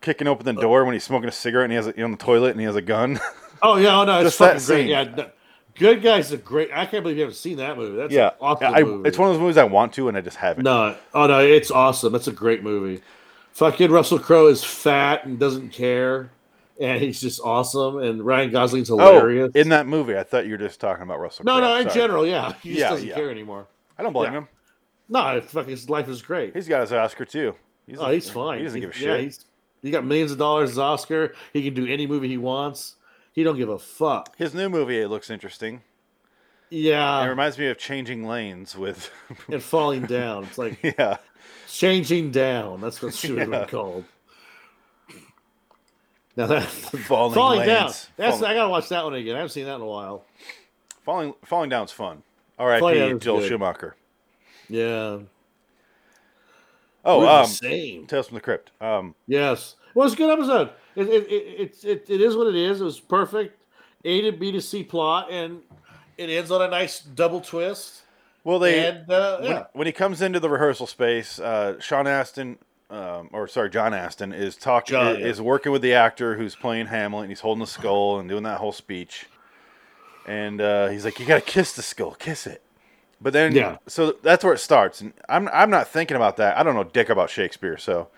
Speaker 1: kicking open
Speaker 2: Uh,
Speaker 1: the door when he's smoking a cigarette and he has a, on the toilet and he has a gun.
Speaker 2: oh yeah, oh no,
Speaker 1: Just
Speaker 2: it's
Speaker 1: that
Speaker 2: fucking great.
Speaker 1: scene.
Speaker 2: Yeah, no- Good Guys is a great. I can't believe you haven't seen that movie. That's yeah, awesome.
Speaker 1: I,
Speaker 2: movie.
Speaker 1: it's one of those movies I want to and I just haven't.
Speaker 2: No, oh no, it's awesome. That's a great movie. Fucking Russell Crowe is fat and doesn't care, and he's just awesome. And Ryan Gosling's
Speaker 1: oh,
Speaker 2: hilarious.
Speaker 1: in that movie, I thought you were just talking about Russell.
Speaker 2: No,
Speaker 1: Crowe.
Speaker 2: no, in
Speaker 1: Sorry.
Speaker 2: general, yeah. He just
Speaker 1: Yeah,
Speaker 2: doesn't
Speaker 1: yeah.
Speaker 2: care anymore.
Speaker 1: I don't blame
Speaker 2: Yeah.
Speaker 1: him.
Speaker 2: No, it fucking his life is great.
Speaker 1: He's got his Oscar too. He's,
Speaker 2: oh, he's fine.
Speaker 1: He doesn't give a
Speaker 2: Yeah,
Speaker 1: shit.
Speaker 2: he's, he got millions of dollars as Oscar. He can do any movie he wants. He don't give a fuck.
Speaker 1: His new movie it looks interesting. It
Speaker 2: Yeah,
Speaker 1: reminds me of Changing Lanes with,
Speaker 2: and falling down. It's like
Speaker 1: yeah,
Speaker 2: changing down. That's what she would have been called. Now that
Speaker 1: Falling
Speaker 2: falling down.
Speaker 1: Lanes.
Speaker 2: That's
Speaker 1: Falling-
Speaker 2: I gotta watch that one again. I haven't seen that in a while.
Speaker 1: falling falling down's fun.
Speaker 2: Falling Down
Speaker 1: R.I.P.
Speaker 2: is
Speaker 1: Joel
Speaker 2: good.
Speaker 1: Schumacher.
Speaker 2: Yeah.
Speaker 1: Oh,
Speaker 2: We're the
Speaker 1: um,
Speaker 2: same.
Speaker 1: Tales from the Crypt. Um,
Speaker 2: Yes. Well, it's a good episode. It, it, it, it's it, it is what it is. It was perfect. A to B to C plot, and it ends on a nice double twist.
Speaker 1: well, they
Speaker 2: and uh,
Speaker 1: when,
Speaker 2: yeah.
Speaker 1: when he comes into the rehearsal space, uh, Sean Astin um, or sorry, John Aston is talking
Speaker 4: John, yeah.
Speaker 1: is working with the actor who's playing Hamlet, and he's holding the skull and doing that whole speech. And uh, he's like, "You gotta kiss the skull, kiss it." But then,
Speaker 2: Yeah.
Speaker 1: so that's where it starts. And I'm I'm not thinking about that. I don't know dick about Shakespeare, so.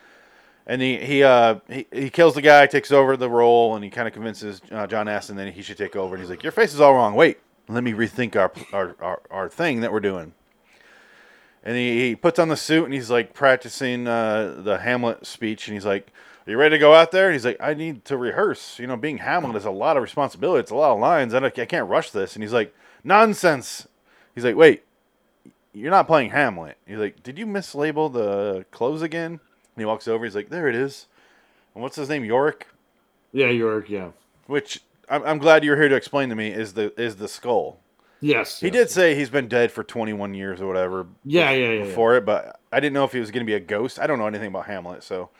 Speaker 1: And he he uh he, he kills the guy, takes over the role, and he kind of convinces uh, John Aston that he should take over. And he's like, "Your face is all wrong. Wait, let me rethink our our our, our thing that we're doing." and he, he puts on the suit and he's like practicing uh, the Hamlet speech and he's like, "Are you ready to go out there?" And he's like, "I need to rehearse. You know, being Hamlet is a lot of responsibility. It's a lot of lines. I, don't, I can't rush this." And he's like, "Nonsense." He's like, "Wait, you're not playing Hamlet." He's like, "Did you mislabel the clothes again?" And he walks over. He's like, "There it is." And what's his name? Yorick,
Speaker 2: Yeah, York. Yeah.
Speaker 1: which I'm, I'm glad you're here to explain to me is the is the skull.
Speaker 2: Yes.
Speaker 1: He
Speaker 2: yes.
Speaker 1: did say he's been dead for 21 years or whatever,
Speaker 2: Yeah, yeah, yeah. yeah.
Speaker 1: before it, but I didn't know if he was going to be a ghost. I don't know anything about Hamlet, so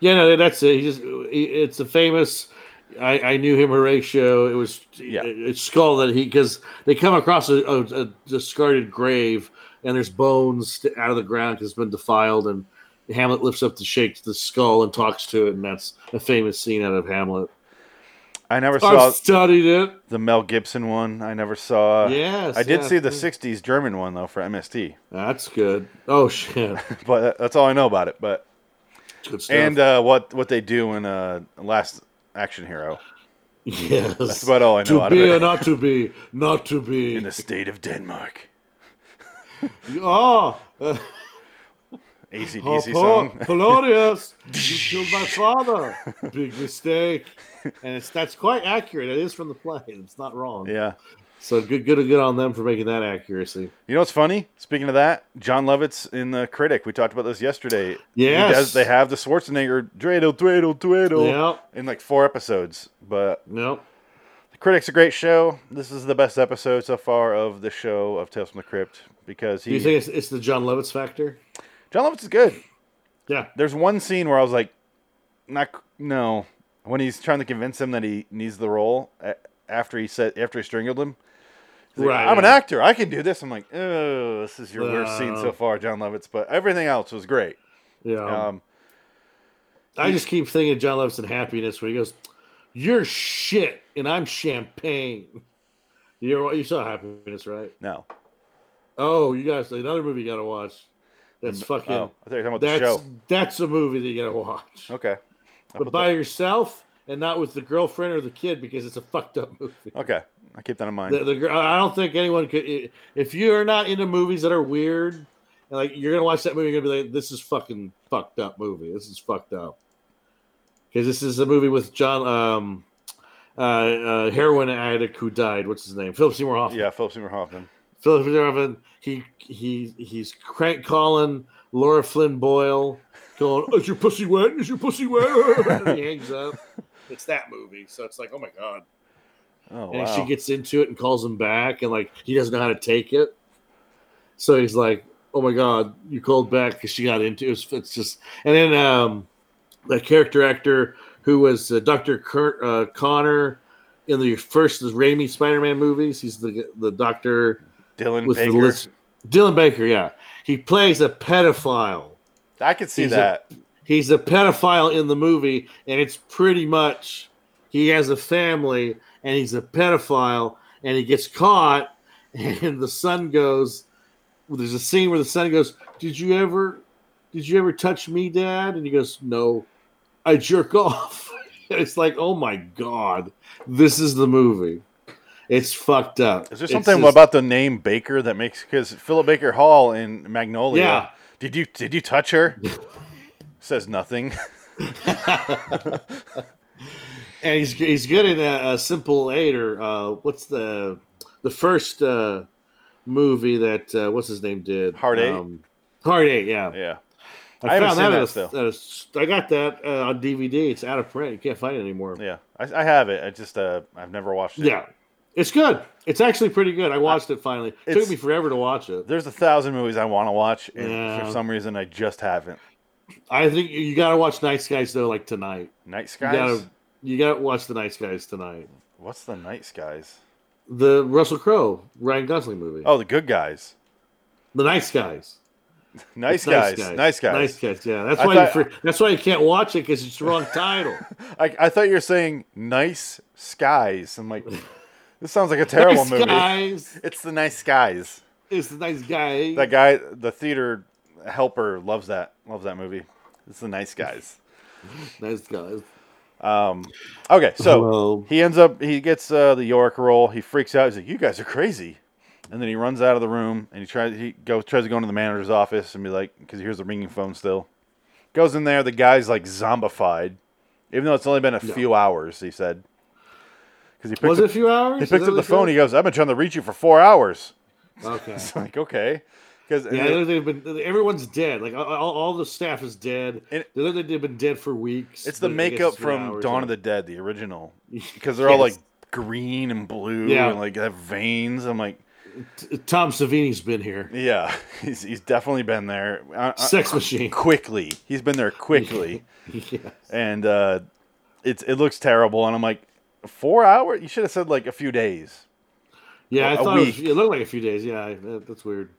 Speaker 2: Yeah, no, that's it. He just, he- it's a famous. I, I knew him, Horatio. It was
Speaker 1: Yeah.
Speaker 2: it's skull that he because they come across a, a, a discarded grave and there's bones st- out of the ground because it's been defiled and Hamlet lifts up the shake the skull and talks to it and that's a famous scene out of Hamlet.
Speaker 1: I never saw
Speaker 2: I've studied it.
Speaker 1: the Mel Gibson one. I never saw.
Speaker 2: yes,
Speaker 1: uh, I did
Speaker 2: yeah,
Speaker 1: see the
Speaker 2: yeah.
Speaker 1: '60s German one though for MST,
Speaker 2: That's good. Oh shit,
Speaker 1: but that- that's all I know about it. But
Speaker 2: good stuff.
Speaker 1: and uh, what what they do in uh, Last Action Hero.
Speaker 2: yes,
Speaker 1: That's about all I know
Speaker 2: to
Speaker 1: out of
Speaker 2: be or
Speaker 1: it.
Speaker 2: not to be, not to be.
Speaker 1: In the state of Denmark,
Speaker 2: oh. uh, How
Speaker 1: ACDC
Speaker 2: poor,
Speaker 1: song.
Speaker 2: Polonius, Oh, you killed my father. Big mistake. And it's that's quite accurate. It is from the play. It's not wrong.
Speaker 1: yeah.
Speaker 2: So good, good, good on them for making that accuracy.
Speaker 1: You know what's funny? Speaking of that, John Lovitz in the Critic. We talked about this yesterday. He
Speaker 2: Yes.
Speaker 1: does- they have the Schwarzenegger dreidel dreidel dreidel
Speaker 2: Yep.
Speaker 1: in like four episodes, but
Speaker 2: Yep.
Speaker 1: Critics, a great show. This is the best episode so far of the show of Tales from the Crypt because
Speaker 2: Do you
Speaker 1: he
Speaker 2: think it's, it's the John Lovitz factor?
Speaker 1: John Lovitz is good.
Speaker 2: Yeah.
Speaker 1: There's one scene where I was like, not no, when he's trying to convince him that he needs the role a- after he said after he strangled him. He's like,
Speaker 2: Right,
Speaker 1: I'm an
Speaker 2: yeah. Uh,
Speaker 1: actor. I can do this. I'm like, oh, this is your worst scene so
Speaker 2: Wow.
Speaker 1: far, John Lovitz. But everything else was great.
Speaker 2: Yeah.
Speaker 1: Um,
Speaker 2: I just keep thinking John Lovitz and happiness where he goes, You're shit and I'm champagne. You're, you saw happiness, right?
Speaker 1: no,
Speaker 2: Oh, you guys, another movie you got to watch. That's fucking.
Speaker 1: oh, I thought you were talking about the
Speaker 2: That's
Speaker 1: show.
Speaker 2: that's a movie that you gotta watch,
Speaker 1: Okay, I'll
Speaker 2: but
Speaker 1: put
Speaker 2: by yourself and not with the girlfriend or the kid because it's a fucked up movie.
Speaker 1: that- okay, I keep that in mind.
Speaker 2: The, the gir- I don't think anyone could. i- If you are not into movies that are weird, and like you're gonna watch that movie, you're gonna be like, "This is fucking fucked up movie. This is fucked up." Because this is a movie with John, um, uh, uh, heroin addict who died. What's his name? Philip Seymour Hoffman.
Speaker 1: yeah, Philip Seymour Hoffman.
Speaker 2: Philip Seymour Hoffman. He he he's crank calling Laura Flynn Boyle, going, "Is your pussy wet? Is your pussy wet?" and he hangs up. It's that movie, so it's like, oh my god.
Speaker 1: Oh
Speaker 2: And
Speaker 1: wow.
Speaker 2: she gets into it and calls him back, and like he doesn't know how to take it. So he's like, "Oh my god, you called back because she got into it." It's, it's just, and then um, the character actor who was uh, Doctor Kurt uh, Connor in the first Raimi Spider-Man movies, he's the the doctor
Speaker 1: Dylan
Speaker 2: with the
Speaker 1: Baker.
Speaker 2: list. Dylan Baker, yeah, he plays a pedophile.
Speaker 1: I could see
Speaker 2: He's a-
Speaker 1: that.
Speaker 2: He's a pedophile in the movie, and it's pretty much he has a family and he's a pedophile, and he gets caught, and the son goes. There's a scene where the son goes, "Did you ever, did you ever touch me, Dad?" And he goes, "No, I jerk off." it's like, oh my god, this is the movie. It's fucked up.
Speaker 1: Is there
Speaker 2: It's
Speaker 1: something
Speaker 2: just-
Speaker 1: about the name Baker that makes because Philip Baker Hall in Magnolia?
Speaker 2: Yeah.
Speaker 1: Did you did you touch her? Says nothing.
Speaker 2: and he's he's good in a, a simple eight or uh, what's the the first uh, movie that uh, what's his name did Um,
Speaker 1: Hard Eight?
Speaker 2: Hard eight, yeah.
Speaker 1: Yeah. I haven't seen that
Speaker 2: at a-
Speaker 1: still.
Speaker 2: at a s- I got that uh, on DVD. It's out of print. You can't find it anymore.
Speaker 1: Yeah. I, I have it. I just uh I've never watched it.
Speaker 2: Yeah. it's good. It's actually pretty good. I watched it finally. It took
Speaker 1: It's-
Speaker 2: me forever to watch it.
Speaker 1: There's a thousand movies I want to watch, and for
Speaker 2: Yeah.
Speaker 1: some reason I just haven't.
Speaker 2: I think you got to watch Night Skies though, like tonight.
Speaker 1: Night
Speaker 2: You
Speaker 1: Skies.
Speaker 2: got to you got to watch the Night Skies tonight.
Speaker 1: What's the Night Skies?
Speaker 2: The Russell Crowe, Ryan Gosling movie.
Speaker 1: Oh, the Good Guys.
Speaker 2: The Night Skies.
Speaker 1: Nice
Speaker 2: It's
Speaker 1: guys, nice guys.
Speaker 2: nice guys. Yeah, that's
Speaker 1: I
Speaker 2: why
Speaker 1: thought-
Speaker 2: you fr- that's why you can't watch it because it's the wrong title.
Speaker 1: I, I thought you were saying nice skies. I'm like, this sounds like a terrible
Speaker 2: nice
Speaker 1: movie.
Speaker 2: guys.
Speaker 1: It's the nice skies.
Speaker 2: It's the nice guy.
Speaker 1: That guy, the theater helper, loves that. Loves that movie. It's the nice guys.
Speaker 2: nice guys.
Speaker 1: Okay, so
Speaker 2: Hello.
Speaker 1: he ends up, he gets uh, the York roll. He freaks out. He's like, "You guys are crazy," and then he runs out of the room and he tries he goes tries to go into the manager's office and be like, because he hears the ringing phone still. Goes in there. The guy's like zombified, even though it's only been a few hours. He said, because he picked
Speaker 2: Was
Speaker 1: up-
Speaker 2: it a few hours?
Speaker 1: He
Speaker 2: Is
Speaker 1: picked
Speaker 2: that
Speaker 1: up the
Speaker 2: what it
Speaker 1: phone. He
Speaker 2: said?
Speaker 1: goes, "I've been trying to reach you for four hours."
Speaker 2: Okay.
Speaker 1: It's like okay, because
Speaker 2: Yeah, they've been, everyone's dead. Like all, all all the staff is dead.
Speaker 1: And-
Speaker 2: They're- they've been dead for weeks.
Speaker 1: it's the
Speaker 2: but I guess
Speaker 1: makeup
Speaker 2: it's been
Speaker 1: from
Speaker 2: hours,
Speaker 1: Dawn
Speaker 2: yeah.
Speaker 1: of the Dead, the original, because they're all
Speaker 2: Yes.
Speaker 1: like green and blue
Speaker 2: Yeah.
Speaker 1: and like have veins. I'm like,
Speaker 2: T- Tom Savini's been here.
Speaker 1: yeah, he's he's definitely been there uh, uh,
Speaker 2: Sex machine.
Speaker 1: quickly. He's been there quickly,
Speaker 2: yeah.
Speaker 1: and uh, it's it looks terrible. And I'm like, four hours? You should have said like a few days.
Speaker 2: Yeah, I
Speaker 1: A
Speaker 2: thought it, was,
Speaker 1: week.
Speaker 2: it looked like a few days. Yeah, I- that, that's weird.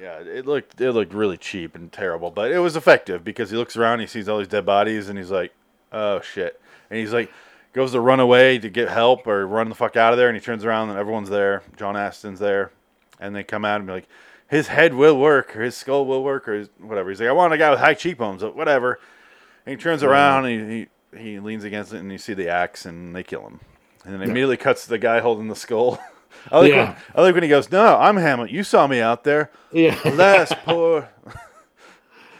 Speaker 1: Yeah, it looked it looked really cheap and terrible, but it was effective because he looks around, he sees all these dead bodies, and he's like, "Oh shit!" And he's like, goes to run away to get help or run the fuck out of there, and he turns around and everyone's there. John Aston's there, and they come out and be like, "His head will work, or his skull will work, or his, whatever." He's like, "I want a guy with high cheekbones, or whatever." And he turns around and he, he he leans against it, and you see the axe, and they kill him, and then immediately cuts to the guy holding the skull. I like,
Speaker 2: Yeah.
Speaker 1: when, I like when he goes, "No, I'm Hamlet. You saw me out there."
Speaker 2: Yeah,
Speaker 1: Last poor.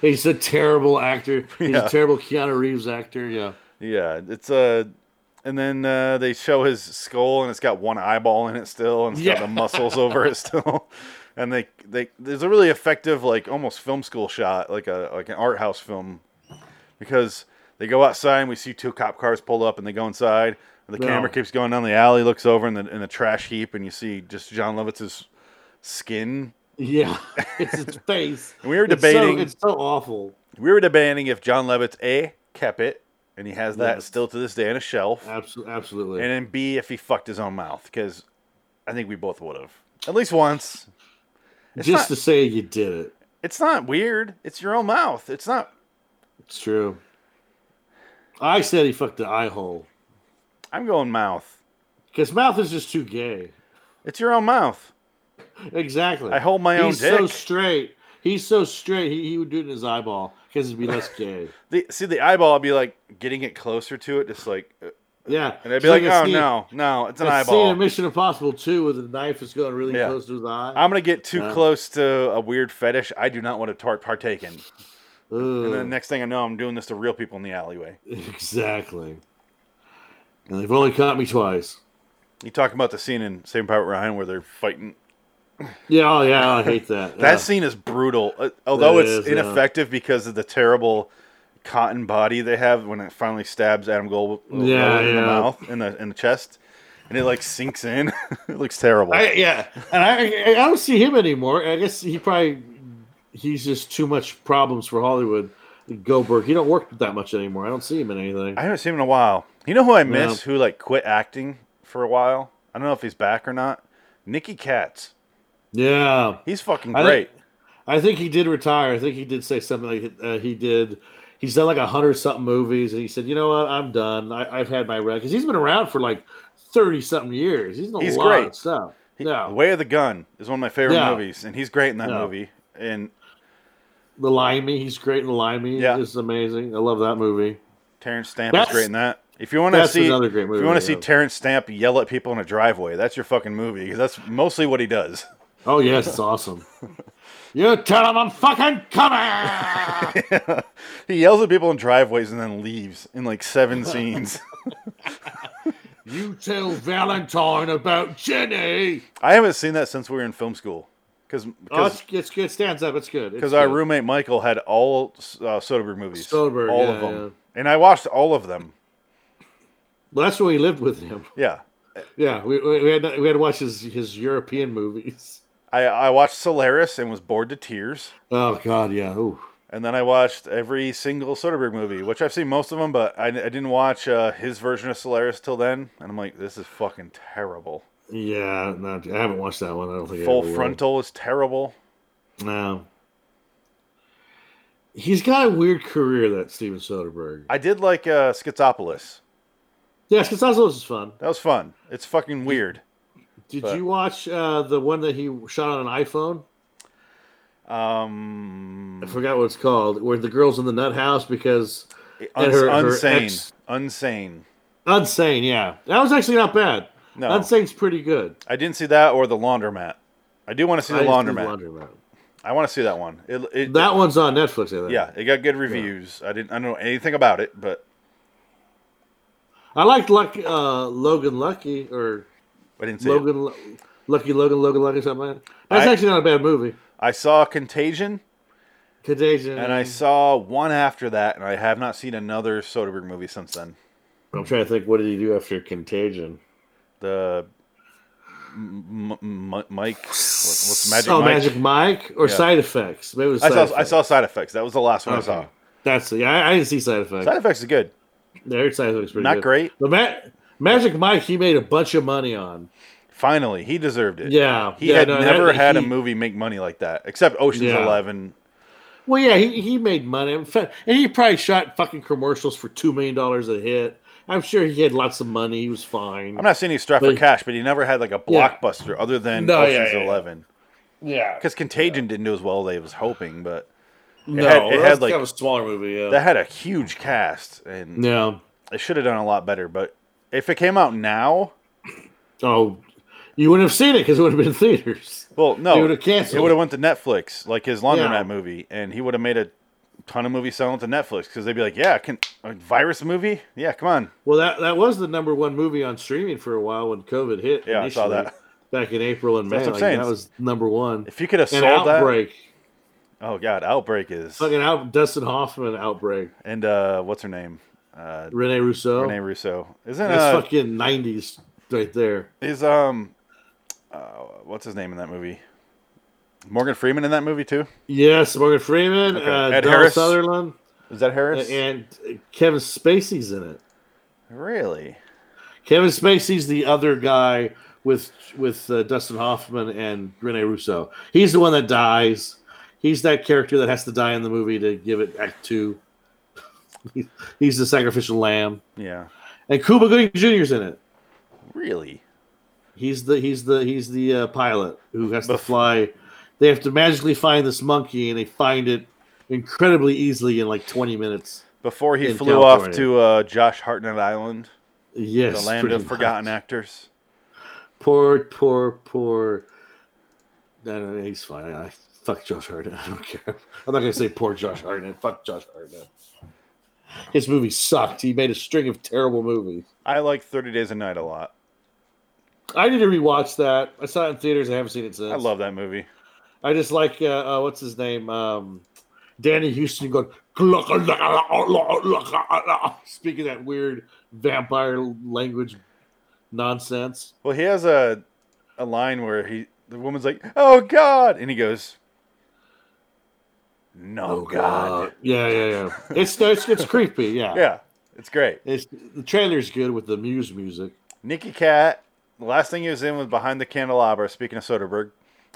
Speaker 2: he's a terrible actor. He's
Speaker 1: Yeah.
Speaker 2: a terrible Keanu Reeves actor. Yeah,
Speaker 1: Yeah, it's Uh, and then uh, they show his skull, and it's got one eyeball in it still, and it's got
Speaker 2: Yeah.
Speaker 1: the muscles over it still. And they they there's a really effective like almost film school shot, like a like an art house film, because they go outside and we see two cop cars pull up, and they go inside. And the
Speaker 2: Yeah.
Speaker 1: camera keeps going down the alley, looks over in the in the trash heap, and you see just John Lovitz's skin.
Speaker 2: yeah, it's his face.
Speaker 1: And we were
Speaker 2: It's so-
Speaker 1: debating-
Speaker 2: It's so, awful.
Speaker 1: We were debating if John Lovitz a kept it, and he has that
Speaker 2: Yes.
Speaker 1: still to this day on a shelf.
Speaker 2: Absolutely, absolutely.
Speaker 1: And then B, if he fucked his own mouth, because I think we both would have at least once.
Speaker 2: Just
Speaker 1: not-
Speaker 2: to say you did it.
Speaker 1: It's not weird. It's your own mouth. It's not.
Speaker 2: It's true. I said he fucked the eye hole
Speaker 1: I'm going mouth.
Speaker 2: because mouth is just too gay.
Speaker 1: It's your own mouth.
Speaker 2: Exactly.
Speaker 1: I hold my own
Speaker 2: He's so
Speaker 1: dick.
Speaker 2: straight. He's so straight. He, he would do it in his eyeball because it'd be less gay.
Speaker 1: The, see the eyeball. I'd be like getting it closer to it, just like, uh,
Speaker 2: Yeah,
Speaker 1: and I'd
Speaker 2: It's
Speaker 1: be like,
Speaker 2: a
Speaker 1: oh
Speaker 2: scene-
Speaker 1: no, no, it's an
Speaker 2: a Scene in
Speaker 1: eyeball.
Speaker 2: Mission Impossible Two with a knife is going really
Speaker 1: Yeah.
Speaker 2: close to his eye.
Speaker 1: I'm gonna get too
Speaker 2: No.
Speaker 1: close to a weird fetish. I do not want to tar- partake in. And then
Speaker 2: Ugh.
Speaker 1: next thing I know, I'm doing this to real people in the alleyway.
Speaker 2: exactly. And they've only caught me twice.
Speaker 1: You talking about the scene in Saving Private Ryan where they're fighting
Speaker 2: Yeah, oh yeah, I hate that.
Speaker 1: That
Speaker 2: Yeah.
Speaker 1: scene is brutal. Uh, Although it's
Speaker 2: is, yeah.
Speaker 1: ineffective because of the terrible cotton body they have when it finally stabs Adam Gold uh,
Speaker 2: Yeah,
Speaker 1: in the
Speaker 2: yeah.
Speaker 1: mouth in the in the chest, and it like sinks in. it looks terrible.
Speaker 2: I, yeah, and I, I I don't see him anymore. I guess he probably he's just too much problems for Hollywood. Goldberg, he don't work that much anymore. I don't see him in anything.
Speaker 1: I haven't seen him in a while. You know who I miss? Who like quit acting for a while? I don't know if he's back or not. Nicky Katz.
Speaker 2: yeah,
Speaker 1: He's fucking
Speaker 2: I
Speaker 1: great.
Speaker 2: I think he did retire. I think he did say something like uh, he did. He's done like a hundred something movies, and he said, "You know what? I'm done. I, I've had my run." Because he's been around for like thirty something years. He's done a
Speaker 1: He's
Speaker 2: lot
Speaker 1: great.
Speaker 2: of stuff.
Speaker 1: He-
Speaker 2: yeah,
Speaker 1: Way of the Gun is one of my favorite
Speaker 2: Yeah.
Speaker 1: movies, and he's great in that
Speaker 2: Yeah.
Speaker 1: movie. And
Speaker 2: the Limey, he's great in the Limey.
Speaker 1: Yeah.
Speaker 2: Yeah, is amazing. I love that movie.
Speaker 1: Terrence Stamp is
Speaker 2: That's-
Speaker 1: great in that. If you want to
Speaker 2: that's
Speaker 1: see
Speaker 2: another great
Speaker 1: if
Speaker 2: movie,
Speaker 1: you want to
Speaker 2: yeah.
Speaker 1: see Terrence Stamp yell at people in a driveway, that's your fucking movie 'cause that's mostly what he does.
Speaker 2: Oh yes, it's awesome. you tell him I'm fucking coming.
Speaker 1: he yells at people in driveways and then leaves in like seven scenes.
Speaker 2: you tell Valentine about Jenny.
Speaker 1: I haven't seen that since we were in film school because
Speaker 2: Oh, it's, it's good. It stands up. It's good. It's
Speaker 1: because our
Speaker 2: good.
Speaker 1: roommate Michael had all uh, Soderbergh movies,
Speaker 2: Soderbergh,
Speaker 1: all
Speaker 2: yeah,
Speaker 1: of them, and I watched all of them.
Speaker 2: Well, that's when we lived with him.
Speaker 1: Yeah,
Speaker 2: Yeah, we, we we had we had to watch his, his European movies.
Speaker 1: I I watched Solaris and was bored to tears.
Speaker 2: Oh God, yeah. Ooh.
Speaker 1: And then I watched every single Soderbergh movie, which I've seen most of them, but I, I didn't watch uh, his version of Solaris till then. And I'm like, this is fucking terrible.
Speaker 2: Yeah, no, I haven't watched that one. I don't think I
Speaker 1: Full
Speaker 2: ever will.
Speaker 1: Frontal is terrible.
Speaker 2: No, He's got a weird career, that Steven Soderbergh.
Speaker 1: I did like uh, Schizopolis.
Speaker 2: Yeah, Schizopolis is fun.
Speaker 1: That was fun. It's fucking weird.
Speaker 2: Did
Speaker 1: But-
Speaker 2: you watch uh, the one that he shot on an iPhone?
Speaker 1: Um,
Speaker 2: I forgot what it's called. Where the girl's in the nut house because
Speaker 1: uns-
Speaker 2: her- her
Speaker 1: unsane.
Speaker 2: ex-
Speaker 1: unsane.
Speaker 2: Unsane, yeah, that was actually not bad.
Speaker 1: No.
Speaker 2: Unsane's pretty good.
Speaker 1: I didn't see that or the laundromat. I do want to see the
Speaker 2: I just did
Speaker 1: laundromat. I want to see that one. It, it,
Speaker 2: That one's on Netflix, I think.
Speaker 1: yeah, it got good reviews. I didn't. I don't know anything about it, but
Speaker 2: I liked Luck, uh, Logan Lucky or
Speaker 1: I didn't see it.
Speaker 2: Logan Lu- Lucky Logan Logan Lucky something like that. That's
Speaker 1: I-
Speaker 2: actually not a bad movie.
Speaker 1: I saw Contagion,
Speaker 2: Contagion.
Speaker 1: and I saw one after that, and I have not seen another Soderbergh movie since then.
Speaker 2: I'm trying to think. What did he do after Contagion?
Speaker 1: The M- M- M- Mike, what- what's Magic
Speaker 2: oh,
Speaker 1: Mike?
Speaker 2: Magic Mike or
Speaker 1: Yeah.
Speaker 2: Side Effects? Maybe it was
Speaker 1: I saw.
Speaker 2: Side
Speaker 1: I
Speaker 2: Effects.
Speaker 1: saw Side Effects. That was the last one I saw.
Speaker 2: Okay. That's yeah. I, I didn't see Side Effects.
Speaker 1: Side Effects is good.
Speaker 2: Their Side Effects pretty
Speaker 1: Not
Speaker 2: good.
Speaker 1: great.
Speaker 2: But Ma- Magic Mike, he made a bunch of money on.
Speaker 1: Finally, he deserved it.
Speaker 2: Yeah,
Speaker 1: He
Speaker 2: yeah,
Speaker 1: had
Speaker 2: no, that-
Speaker 1: never had a
Speaker 2: he-
Speaker 1: movie make money like that, except Ocean's
Speaker 2: Yeah.
Speaker 1: Eleven.
Speaker 2: Well, yeah, he, he made money, In fact- and he probably shot fucking commercials for two million dollars a hit. I'm sure he had lots of money. He was fine.
Speaker 1: I'm not saying he's strapped for
Speaker 2: But-
Speaker 1: cash, but he never had like a
Speaker 2: Yeah.
Speaker 1: blockbuster other than
Speaker 2: No, yeah,
Speaker 1: Ocean's
Speaker 2: yeah, yeah.
Speaker 1: Eleven.
Speaker 2: yeah,
Speaker 1: Because Contagion didn't do as well as they was hoping, but
Speaker 2: no,
Speaker 1: had- it
Speaker 2: that
Speaker 1: had,
Speaker 2: was
Speaker 1: like-
Speaker 2: kind of a smaller movie. Yeah,
Speaker 1: that had a huge cast, and
Speaker 2: yeah.
Speaker 1: it should have done a lot better. But if it came out now,
Speaker 2: Oh, you wouldn't have seen it because it would have been in theaters.
Speaker 1: well,
Speaker 2: They
Speaker 1: no,
Speaker 2: would've
Speaker 1: It
Speaker 2: canceled.
Speaker 1: would have went to Netflix, like his laundromat
Speaker 2: Yeah.
Speaker 1: movie, and he would have made a ton of movies selling to Netflix because they'd be like, "Yeah, can a virus movie? Yeah, come on."
Speaker 2: Well, that that was the number one movie on streaming for a while when COVID hit.
Speaker 1: Yeah, I saw
Speaker 2: initially,
Speaker 1: that.
Speaker 2: back in April and May.
Speaker 1: That's what I'm
Speaker 2: like,
Speaker 1: saying.
Speaker 2: that was number one.
Speaker 1: If you could have
Speaker 2: And
Speaker 1: sold that,
Speaker 2: outbreak,
Speaker 1: oh god, Outbreak is,
Speaker 2: fucking out Dustin Hoffman outbreak,
Speaker 1: and uh, what's her name, uh,
Speaker 2: Rene Rousseau.
Speaker 1: Renee Russo, isn't
Speaker 2: That's
Speaker 1: uh,
Speaker 2: fucking nineties right there.
Speaker 1: is um, uh, what's his name in that movie? Morgan Freeman in that movie too.
Speaker 2: Yes, Morgan Freeman,
Speaker 1: Okay.
Speaker 2: uh,
Speaker 1: Ed
Speaker 2: Donald
Speaker 1: Harris?
Speaker 2: Sutherland,
Speaker 1: Is that Harris?
Speaker 2: and Kevin Spacey's in it.
Speaker 1: Really?
Speaker 2: Kevin Spacey's the other guy with with uh, Dustin Hoffman and Rene Russo. He's the one that dies. He's that character that has to die in the movie to give it Act Two. He- He's the sacrificial lamb,
Speaker 1: Yeah.
Speaker 2: and Cuba Gooding Jr.'s in it.
Speaker 1: Really?
Speaker 2: He's the he's the he's the uh, pilot who has to
Speaker 1: Bef-
Speaker 2: fly. They have to magically find this monkey, and they find it incredibly easily in like twenty minutes.
Speaker 1: Before he
Speaker 2: In
Speaker 1: flew off
Speaker 2: California.
Speaker 1: to uh, Josh Hartnett Island, the
Speaker 2: Yes,
Speaker 1: land
Speaker 2: pretty
Speaker 1: of forgotten
Speaker 2: much.
Speaker 1: actors.
Speaker 2: Poor, poor, poor. No, no, no, he's fine. I fuck Josh Hartnett. I don't care. I'm not gonna say poor Josh Hartnett. Fuck Josh Hartnett. His movie sucked. He made a string of terrible movies.
Speaker 1: I like Thirty Days a Night a lot.
Speaker 2: I need to rewatch that. I saw it in theaters. I haven't seen it since.
Speaker 1: I love that movie.
Speaker 2: I just like uh, uh, what's his name, um, Danny Houston going. Speaking that weird vampire language nonsense.
Speaker 1: Well, he has a a line where he the woman's like, "Oh God," and he goes, "No Oh,
Speaker 2: Oh,
Speaker 1: God."
Speaker 2: Yeah, yeah, yeah. It's it's, it's creepy. Yeah.
Speaker 1: Yeah, it's great.
Speaker 2: It's the trailer's good with the muse music.
Speaker 1: Nicky Cat. The last thing he was in was Behind the Candelabra. Speaking of Soderbergh.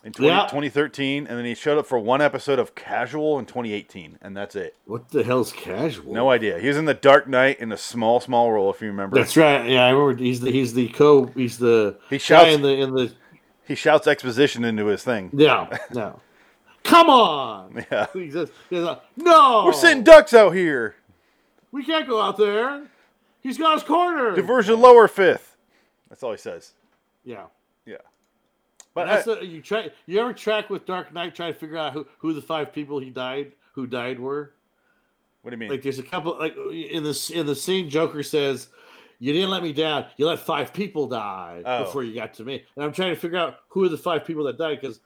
Speaker 1: In 20,
Speaker 2: Yeah.
Speaker 1: 2013, and then he showed up for one episode of Casual in 2018, and that's it.
Speaker 2: What the hell's casual?
Speaker 1: No idea. He was in The Dark Knight in a small, small role, if you remember.
Speaker 2: That's right. Yeah, I remember. He's the he's the co he's the
Speaker 1: He
Speaker 2: guy
Speaker 1: shouts,
Speaker 2: in the in the
Speaker 1: he shouts exposition into his thing.
Speaker 2: no no. Come on.
Speaker 1: Yeah.
Speaker 2: He just, he's like, no.
Speaker 1: We're sitting ducks out here.
Speaker 2: We can't go out there. He's got his corner.
Speaker 1: Diversion lower fifth. That's all he says.
Speaker 2: yeah.
Speaker 1: Yeah. But
Speaker 2: But that's
Speaker 1: I-
Speaker 2: the you try. You ever track with Dark Knight trying to figure out who, who the five people he died who died were?
Speaker 1: what do you mean?
Speaker 2: Like there's a couple like in this in the scene Joker says, You didn't let me down, you let five people die
Speaker 1: Oh.
Speaker 2: before you got to me. And I'm trying to figure out who are the five people that died because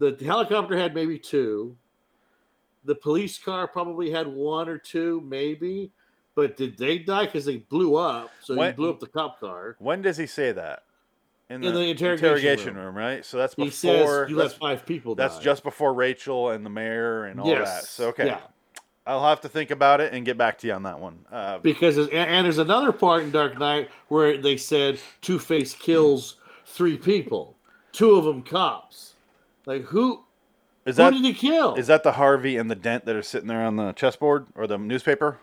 Speaker 2: the helicopter had maybe two. The police car probably had one or two, maybe. But did they die because they blew up? So he
Speaker 1: What-
Speaker 2: blew up the cop car.
Speaker 1: when does he say that?
Speaker 2: In the interrogation
Speaker 1: room.
Speaker 2: room.
Speaker 1: right? So that's
Speaker 2: He
Speaker 1: before.
Speaker 2: says you let
Speaker 1: that's,
Speaker 2: five people die.
Speaker 1: that's just before Rachel and the mayor and all that. So okay,
Speaker 2: Yeah.
Speaker 1: I'll have to think about it and get back to you on that one. Uh,
Speaker 2: because there's, and, and there's another part in Dark Knight where they said Two Face kills three people, two of them cops. Like who?
Speaker 1: Is
Speaker 2: Who
Speaker 1: that
Speaker 2: did he kill?
Speaker 1: is that the Harvey and the Dent that are sitting there on the chessboard or the newspaper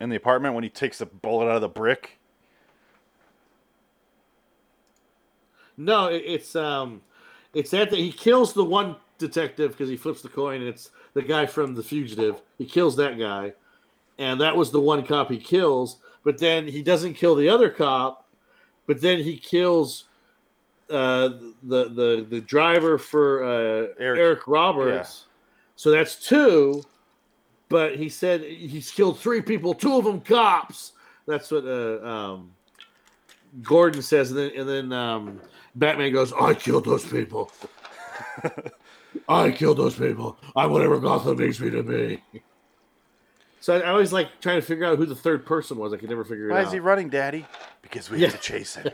Speaker 1: in the apartment when he takes the bullet out of the brick?
Speaker 2: No, it, it's um, it's that that he kills the one detective because he flips the coin. and It's the guy from The Fugitive. He kills that guy, and that was the one cop he kills. But then he doesn't kill the other cop. But then he kills uh, the the the driver for uh,
Speaker 1: Eric-
Speaker 2: Eric, Roberts. So that's two. But he said he's killed three people. Two of them cops. That's what uh, um, Gordon says, and then and then um, Batman goes, "I killed those people. I killed those people. I whatever Gotham needs me to be." So I, I always like trying to figure out who the third person was. I could never figure it
Speaker 1: Why
Speaker 2: out.
Speaker 1: is he running, Daddy? Because we
Speaker 2: Yeah.
Speaker 1: have to chase him.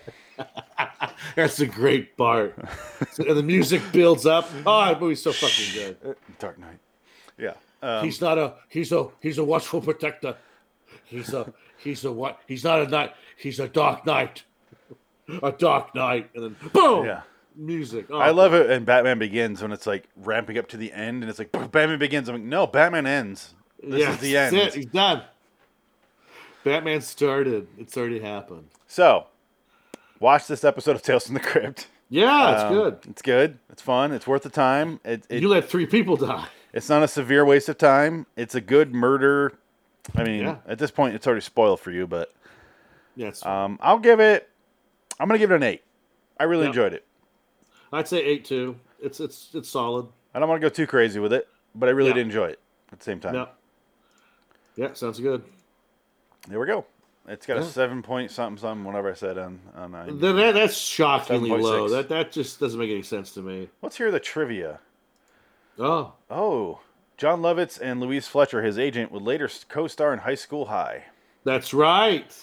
Speaker 2: That's a great part. So- and the music builds up. Oh, that movie's so fucking good.
Speaker 1: Dark Knight. Yeah. Um,
Speaker 2: he's not a. He's a. He's a watchful protector. He's a. He's a what? He's not a knight. He's a dark knight. A dark knight, and then boom.
Speaker 1: Yeah.
Speaker 2: Music.
Speaker 1: I
Speaker 2: Oh,
Speaker 1: love it. And Batman Begins when it's like ramping up to the end, and it's like Batman Begins. I'm like, no, Batman ends. This
Speaker 2: Yeah,
Speaker 1: is the
Speaker 2: that's
Speaker 1: end.
Speaker 2: it. He's done. Batman started. It's already happened.
Speaker 1: So, watch this episode of Tales from the Crypt.
Speaker 2: Yeah, it's
Speaker 1: Um,
Speaker 2: good.
Speaker 1: It's good. It's fun. It's worth the time. It, it,
Speaker 2: you let three people die.
Speaker 1: It's not a severe waste of time. It's a good murder. I mean,
Speaker 2: Yeah.
Speaker 1: at this point, it's already spoiled for you, but
Speaker 2: Yeah, it's,
Speaker 1: um, I'll give it. I'm gonna give it an eight. I really
Speaker 2: Yep.
Speaker 1: enjoyed it.
Speaker 2: I'd say eight two. It's it's it's solid.
Speaker 1: I don't want to go too crazy with it, but I really
Speaker 2: Yeah.
Speaker 1: did enjoy it at the same time.
Speaker 2: Yeah. Yeah, sounds good.
Speaker 1: There we go. It's got a
Speaker 2: Yeah.
Speaker 1: seven point something something. Whatever I said on on. uh, IMDb.
Speaker 2: Th- that, that's shockingly
Speaker 1: 7.6.
Speaker 2: low. That that just doesn't make any sense to me.
Speaker 1: Let's hear the trivia.
Speaker 2: Oh,
Speaker 1: Oh, John Lovitz and Louise Fletcher, his agent, would later co-star in High School High.
Speaker 2: that's right.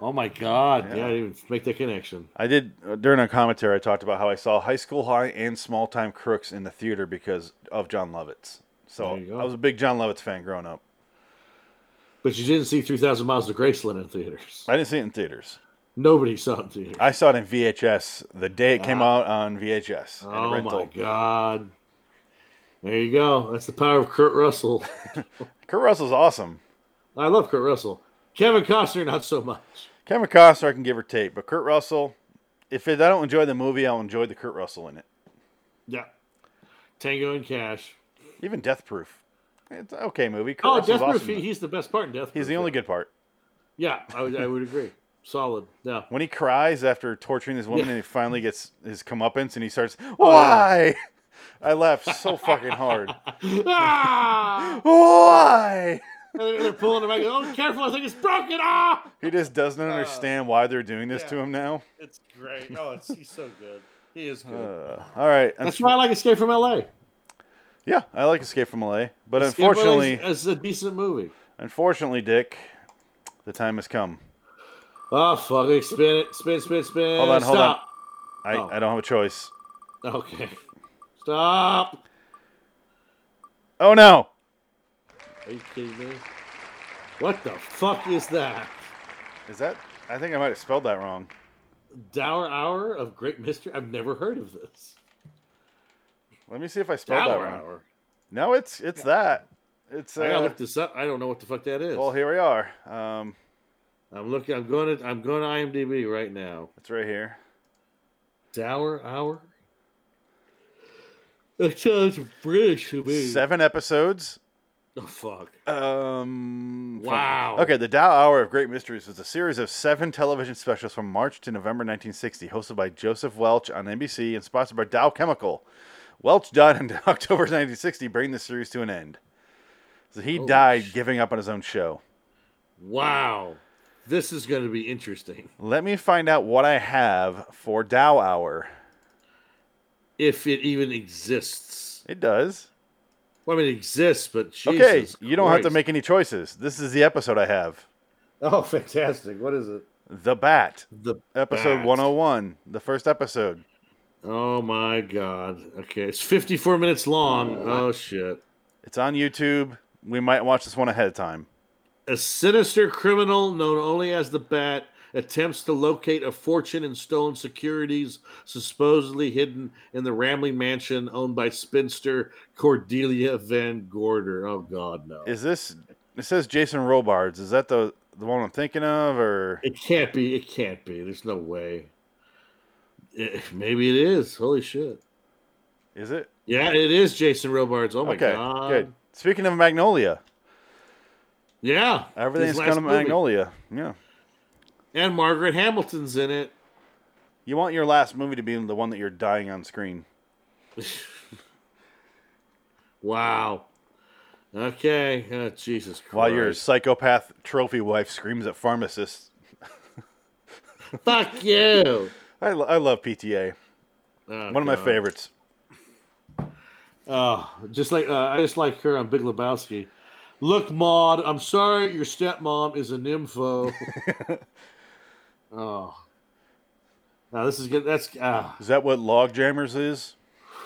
Speaker 2: Oh my god. Yeah,
Speaker 1: Yeah.
Speaker 2: I didn't even make that connection.
Speaker 1: I did uh, during our commentary. I talked about how I saw High School High and Small Time Crooks in the theater because of John Lovitz. So
Speaker 2: There you go.
Speaker 1: I was a big John Lovitz fan growing up.
Speaker 2: But you didn't see three thousand miles to Graceland in theaters.
Speaker 1: I didn't see it in theaters.
Speaker 2: Nobody saw it in theaters.
Speaker 1: I saw it in VHS the day it came out on VHS. in a
Speaker 2: Ah. Oh my
Speaker 1: rental.
Speaker 2: god. There you go. That's the power of Kurt Russell.
Speaker 1: Kurt Russell's awesome.
Speaker 2: I love Kurt Russell. Kevin Costner, not so much.
Speaker 1: Kevin Costner, I can give or take, but Kurt Russell, if it, I don't enjoy the movie, I'll enjoy the Kurt Russell in it.
Speaker 2: Yeah. Tango and Cash.
Speaker 1: Even Death Proof, it's an okay movie. Kurt
Speaker 2: Oh,
Speaker 1: Russell's
Speaker 2: Death Proof.
Speaker 1: awesome.
Speaker 2: he- he's the best part in Death Proof.
Speaker 1: He's the only good part.
Speaker 2: Yeah, I would, I would agree. Solid. Yeah.
Speaker 1: When he cries after torturing this woman
Speaker 2: Yeah. Oh.
Speaker 1: and he finally gets his comeuppance and he starts, Why? I laughed so fucking hard.
Speaker 2: ah!
Speaker 1: Why?
Speaker 2: And they're, they're pulling him back. Oh, careful! I think it's broken. Ah!
Speaker 1: He just doesn't understand why they're doing this to
Speaker 2: yeah.
Speaker 1: him now.
Speaker 2: It's great. Oh, it's, he's so good. He is good.
Speaker 1: Uh, all right.
Speaker 2: That's why I like Escape from L.A.
Speaker 1: yeah, I like Escape from LA. But
Speaker 2: Escape from LA is-
Speaker 1: unfortunately,
Speaker 2: is a decent movie.
Speaker 1: unfortunately, Dick, the time has come.
Speaker 2: Oh fuck! it. Spin it, spin, spin, spin.
Speaker 1: Hold on, hold on.
Speaker 2: Stop.
Speaker 1: I,
Speaker 2: Oh.
Speaker 1: I don't have a choice.
Speaker 2: Okay. Stop.
Speaker 1: Oh, no.
Speaker 2: Are you kidding me? What the fuck is that?
Speaker 1: Is that? I think I might have spelled that wrong.
Speaker 2: Dower Hour of Great Mystery? I've never heard of this.
Speaker 1: Let me see if I spelled that
Speaker 2: Dower
Speaker 1: wrong.
Speaker 2: Hour.
Speaker 1: No, it's it's that. It's
Speaker 2: I gotta
Speaker 1: uh,
Speaker 2: look this up. I don't know what the fuck that is.
Speaker 1: well, here we are. Um,
Speaker 2: I'm looking. I'm going to. I'm going to IMDb right now.
Speaker 1: it's right here.
Speaker 2: Dower Hour. That sounds British to me.
Speaker 1: Seven episodes.
Speaker 2: Oh fuck!
Speaker 1: Um, from-
Speaker 2: Wow.
Speaker 1: okay, the Dow Hour of Great Mysteries was a series of seven television specials from March to November 1960, hosted by Joseph Welch on NBC and sponsored by Dow Chemical. Welch died in October 1960, bringing the series to an end. So he
Speaker 2: Holy
Speaker 1: died giving up on his own show.
Speaker 2: Wow. This is going to be interesting.
Speaker 1: Let me find out what I have for Dow Hour.
Speaker 2: If it even exists.
Speaker 1: It does.
Speaker 2: Well, I mean, it exists, but Jesus
Speaker 1: okay, you don't have to
Speaker 2: Christ.
Speaker 1: make any choices. This is the episode I have.
Speaker 2: Oh, fantastic! What is it?
Speaker 1: The Bat,
Speaker 2: The
Speaker 1: episode
Speaker 2: Bat.
Speaker 1: 101, the first episode.
Speaker 2: Oh my God! Okay, it's 54 minutes long. Oh shit!
Speaker 1: It's on YouTube. We might watch this one ahead of time.
Speaker 2: A sinister criminal known only as the Bat attempts to locate a fortune in stolen securities supposedly hidden in the Ramley mansion owned by spinster Cordelia Van Gorder. Oh God, no!
Speaker 1: Is this? It says Jason Robards. Is that the the one I'm thinking of, or
Speaker 2: It can't be. It can't be. There's no way. Eh, maybe it is. Holy shit!
Speaker 1: is it?
Speaker 2: Yeah, it is Jason Robards. Oh my
Speaker 1: okay,
Speaker 2: god!
Speaker 1: good. Speaking of Magnolia,
Speaker 2: Yeah,
Speaker 1: everything's
Speaker 2: his
Speaker 1: kind
Speaker 2: last
Speaker 1: of
Speaker 2: movie.
Speaker 1: Magnolia. Yeah,
Speaker 2: And Margaret Hamilton's in it.
Speaker 1: you want your last movie to be the one that you're dying on screen.
Speaker 2: Wow. Okay. Oh, Jesus Christ.
Speaker 1: While your psychopath trophy wife screams at pharmacists.
Speaker 2: Fuck you.
Speaker 1: I, lo- I love PTA.
Speaker 2: Oh,
Speaker 1: One of my
Speaker 2: God.
Speaker 1: favorites.
Speaker 2: Oh, just like uh, I just like her on Big Lebowski. Look, Maud, I'm sorry your stepmom is a nympho. oh. Now this is good. That's ah,
Speaker 1: Is that what Log Jammers is?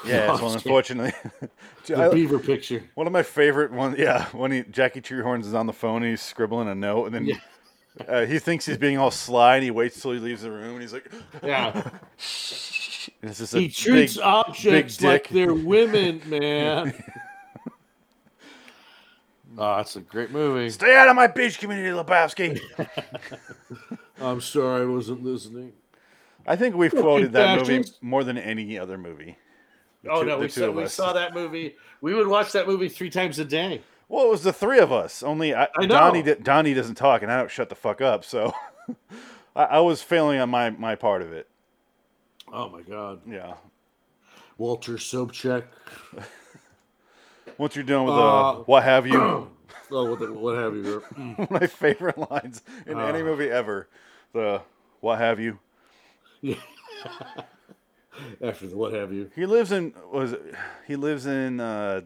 Speaker 1: Yeah, it's one,
Speaker 2: Logjam-
Speaker 1: unfortunately.
Speaker 2: the
Speaker 1: I-
Speaker 2: beaver picture.
Speaker 1: one of my favorite one. Yeah, when he, Jackie Treehorns is on the phone and he's scribbling a note, and then
Speaker 2: Yeah.
Speaker 1: uh, he thinks he's being all sly, and he waits till he leaves the room, and he's like,
Speaker 2: Yeah.
Speaker 1: and "It's just a
Speaker 2: He treats
Speaker 1: big,
Speaker 2: objects like
Speaker 1: dick.
Speaker 2: they're women, man. oh, that's a great movie.
Speaker 1: stay out of my beach community, Lebowski."
Speaker 2: I'm sorry I wasn't listening.
Speaker 1: I think we've quoted that movie
Speaker 2: bastards.
Speaker 1: more than any other movie. The
Speaker 2: Oh
Speaker 1: two-
Speaker 2: no,
Speaker 1: the
Speaker 2: we
Speaker 1: two
Speaker 2: saw,
Speaker 1: of
Speaker 2: we
Speaker 1: us.
Speaker 2: saw that movie. We would watch that movie three times a day.
Speaker 1: Well, it was the three of us. Only I,
Speaker 2: I know.
Speaker 1: Donnie. di- Donnie doesn't talk, and I don't shut the fuck up. So I, I was failing on my my part of it.
Speaker 2: Oh my god,
Speaker 1: Yeah.
Speaker 2: Walter Sobchak.
Speaker 1: Once you're done with
Speaker 2: Uh,
Speaker 1: uh, what have you,
Speaker 2: oh, what, what have you?
Speaker 1: one of my favorite lines in any
Speaker 2: Uh.
Speaker 1: movie ever. The what have you?
Speaker 2: After the what have you?
Speaker 1: He lives in was it- he lives in uh,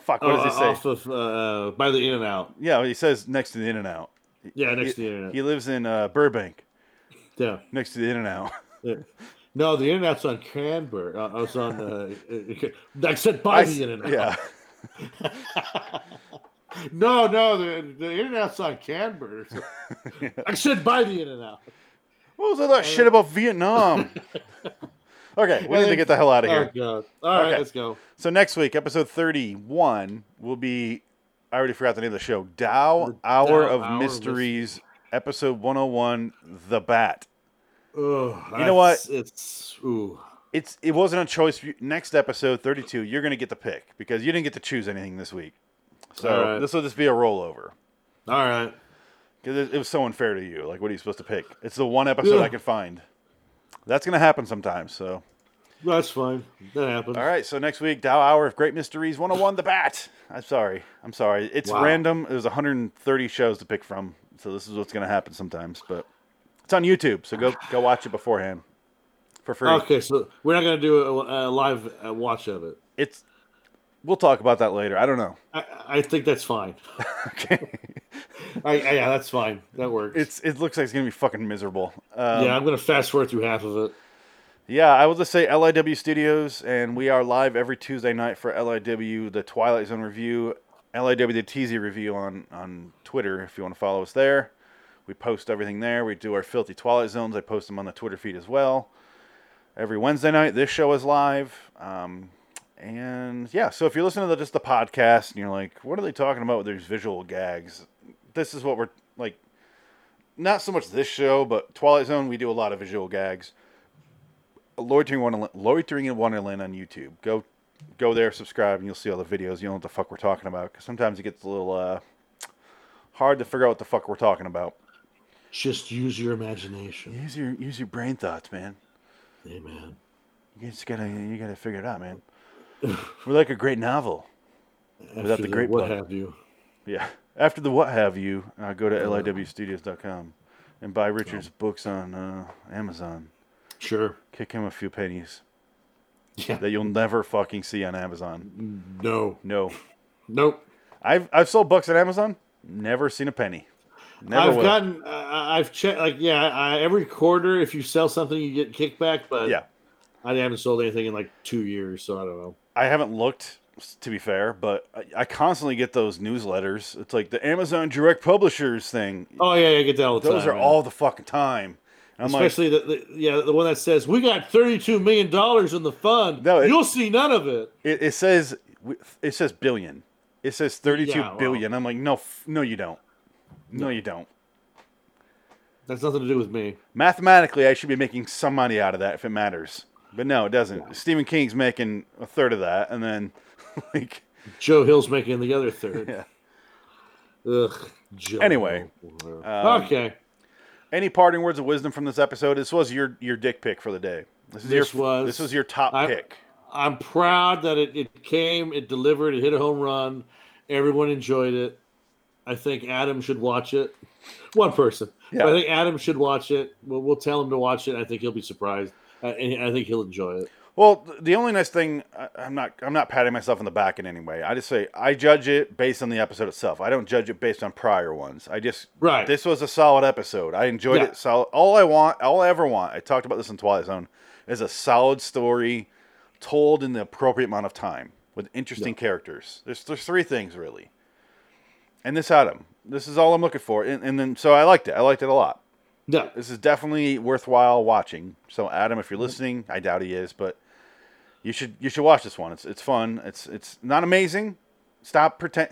Speaker 1: fuck. What
Speaker 2: oh,
Speaker 1: does he say?
Speaker 2: off of uh, by the In and Out.
Speaker 1: Yeah, he says next to the In and Out.
Speaker 2: Yeah, next to
Speaker 1: He,
Speaker 2: the In and
Speaker 1: he
Speaker 2: Out.
Speaker 1: lives in uh, Burbank,
Speaker 2: Yeah.
Speaker 1: next to the In and Out.
Speaker 2: yeah. No, the In and Out's on Canberra. Uh, I was on. Uh, uh, I said by the In and Out.
Speaker 1: yeah.
Speaker 2: No, no, the, the In and Out's on Canberra. I said by the In and Out.
Speaker 1: What was all
Speaker 2: Uh,
Speaker 1: that shit about Vietnam? okay, we need to get the hell out of
Speaker 2: Oh
Speaker 1: here.
Speaker 2: god! All right,
Speaker 1: Okay.
Speaker 2: let's go.
Speaker 1: So next week, episode thirty-one will be. I already forgot the name of the show. Dow Hour
Speaker 2: Dow
Speaker 1: of
Speaker 2: Hour of
Speaker 1: Mysteries, episode one hundred and one. The Bat.
Speaker 2: Ugh,
Speaker 1: You know what?
Speaker 2: It's, it's ooh.
Speaker 1: It's it wasn't a choice. for you- Next episode thirty-two, you're gonna get the pick because you didn't get to choose anything this week. So
Speaker 2: All right.
Speaker 1: this will just be a rollover
Speaker 2: All right.
Speaker 1: because it, it was so unfair to you. Like, what are you supposed to pick? It's the one episode I
Speaker 2: Yeah.
Speaker 1: could find. That's gonna happen sometimes. So.
Speaker 2: That's fine. That happens.
Speaker 1: All right, so next week, Dow Hour of Great Mysteries 101, The Bat. I'm sorry. I'm sorry. It's
Speaker 2: Wow.
Speaker 1: random. There's 130 shows to pick from, so this is what's going to happen sometimes. But it's on YouTube, so go go watch it beforehand for free.
Speaker 2: Okay, so we're not gonna do a, a live uh, watch of it.
Speaker 1: It's we'll talk about that later. I don't know.
Speaker 2: I, I think that's fine.
Speaker 1: Okay,
Speaker 2: I, I, yeah, that's fine. That works.
Speaker 1: it's it looks like it's going to be fucking miserable. Um,
Speaker 2: yeah, I'm gonna fast forward through half of it.
Speaker 1: Yeah, I will just say LIW Studios, and we are live every Tuesday night for LIW, the Twilight Zone review, LIW the TZ review on, on Twitter if you want to follow us there. We post everything there. We do our filthy Twilight Zones. I post them on the Twitter feed as well. Every Wednesday night, this show is live. Um, and yeah, so if you're listening to just the podcast and you're like, what are they talking about with these visual gags? This is what we're like, not so much this show, but Twilight Zone, we do a lot of visual gags. Loitering Wonderland, Loitering in Wonderland on YouTube. Go, go there, subscribe, and you'll see all the videos. You know what the fuck we're talking about because sometimes it gets a little uh, hard to figure out what the fuck we're talking about.
Speaker 2: Just use your imagination.
Speaker 1: Use your use your brain thoughts, man.
Speaker 2: Amen.
Speaker 1: You just gotta you gotta figure it out, man. we're like a great novel.
Speaker 2: After
Speaker 1: the great
Speaker 2: what
Speaker 1: plug.
Speaker 2: have you?
Speaker 1: Yeah. After the what have you, uh, go to liwstudios.com and buy Richard's books on uh, Amazon.
Speaker 2: Sure.
Speaker 1: Kick him a few pennies
Speaker 2: Yeah.
Speaker 1: that you'll never fucking see on Amazon.
Speaker 2: No.
Speaker 1: No.
Speaker 2: Nope.
Speaker 1: I've I've sold books on Amazon. Never seen a penny. Never
Speaker 2: I've
Speaker 1: will.
Speaker 2: gotten. I I've checked. Like, yeah, I, every quarter, if you sell something, you get kickback. But
Speaker 1: yeah,
Speaker 2: I haven't sold anything in like two years, so I don't know.
Speaker 1: I haven't looked s- to be fair, but I, I constantly get those newsletters. It's like the Amazon direct publishers thing.
Speaker 2: Oh yeah, yeah, I get that all the
Speaker 1: Those
Speaker 2: time,
Speaker 1: are
Speaker 2: man.
Speaker 1: all the fucking time. And I'm like,
Speaker 2: Especially the, the yeah the one that says we got thirty two million dollars in the fund.
Speaker 1: No, it-
Speaker 2: you'll see none of it.
Speaker 1: it, it says it says billion. It says thirty-two
Speaker 2: Yeah, well-
Speaker 1: billion. I'm like, no, f- no, you don't. no, you don't.
Speaker 2: That's nothing to do with me.
Speaker 1: Mathematically, I should be making some money out of that if it matters. But no, it doesn't. Stephen King's making a third of that, and then like
Speaker 2: Joe Hill's making the other third.
Speaker 1: Yeah.
Speaker 2: Ugh. Joe
Speaker 1: Anyway,
Speaker 2: Hill.
Speaker 1: um,
Speaker 2: okay.
Speaker 1: any parting words of wisdom from this episode? This was your your dick pick for the day. This is
Speaker 2: This
Speaker 1: your
Speaker 2: was-
Speaker 1: this was your top
Speaker 2: I-
Speaker 1: pick.
Speaker 2: I'm proud that it, it came, it delivered, it hit a home run. Everyone enjoyed it. I think Adam should watch it. One person.
Speaker 1: Yeah.
Speaker 2: But I think Adam should watch it. We'll, we'll tell him to watch it. I think he'll be surprised. I, and I think he'll enjoy it.
Speaker 1: Well, th- the only nice thing I, I'm not I'm not patting myself in the back in any way. I just say I judge it based on the episode itself. I don't judge it based on prior ones. I just
Speaker 2: Right.
Speaker 1: this was a solid episode. I enjoyed
Speaker 2: Yeah.
Speaker 1: it. Solid. All I want, all I ever want. I talked about this in Twilight Zone. Is a solid story told in the appropriate amount of time with interesting characters. There's there's three things really, and this Adam. This is all I'm looking for, and, and then so I liked it. I liked it a lot.
Speaker 2: no.
Speaker 1: This is definitely worthwhile watching. So Adam, if you're listening, I doubt he is, but you should you should watch this one. It's it's fun. It's it's not amazing. Stop pretend.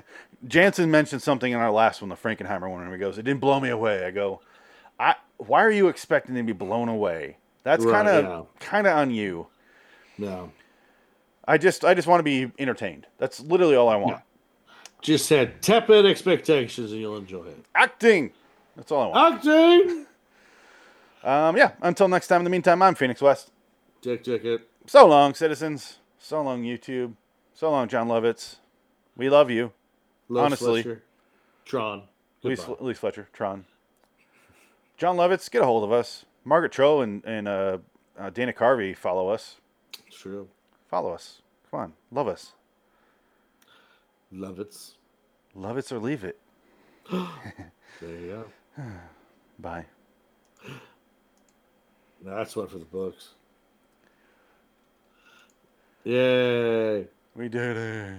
Speaker 1: Jansen mentioned something in our last one, the Frankenheimer one, and he goes, "It didn't blow me away." I go, "I why are you expecting to be blown away? That's
Speaker 2: Right,
Speaker 1: kind of kind of on you."
Speaker 2: No.
Speaker 1: I just I just want to be entertained. That's literally all I want.
Speaker 2: Just had tepid expectations and you'll enjoy it.
Speaker 1: Acting. That's all I want.
Speaker 2: Acting!
Speaker 1: Um, yeah. Until next time. In the meantime, I'm Phoenix West.
Speaker 2: Dick Ticket.
Speaker 1: So long, citizens. So long, YouTube. So long, John Lovitz. We love you.
Speaker 2: Love
Speaker 1: Honestly.
Speaker 2: Slusher. Tron.
Speaker 1: Lee,
Speaker 2: Goodbye.
Speaker 1: Lee Fletcher, Tron. John Lovitz, get a hold of us. Margaret Cho and, and uh, uh, Dana Carvey follow us.
Speaker 2: True.
Speaker 1: Follow us. Come on. Love us.
Speaker 2: Love it.
Speaker 1: Love it or leave it.
Speaker 2: There you go.
Speaker 1: Bye.
Speaker 2: That's one for the books. Yay.
Speaker 1: We did it.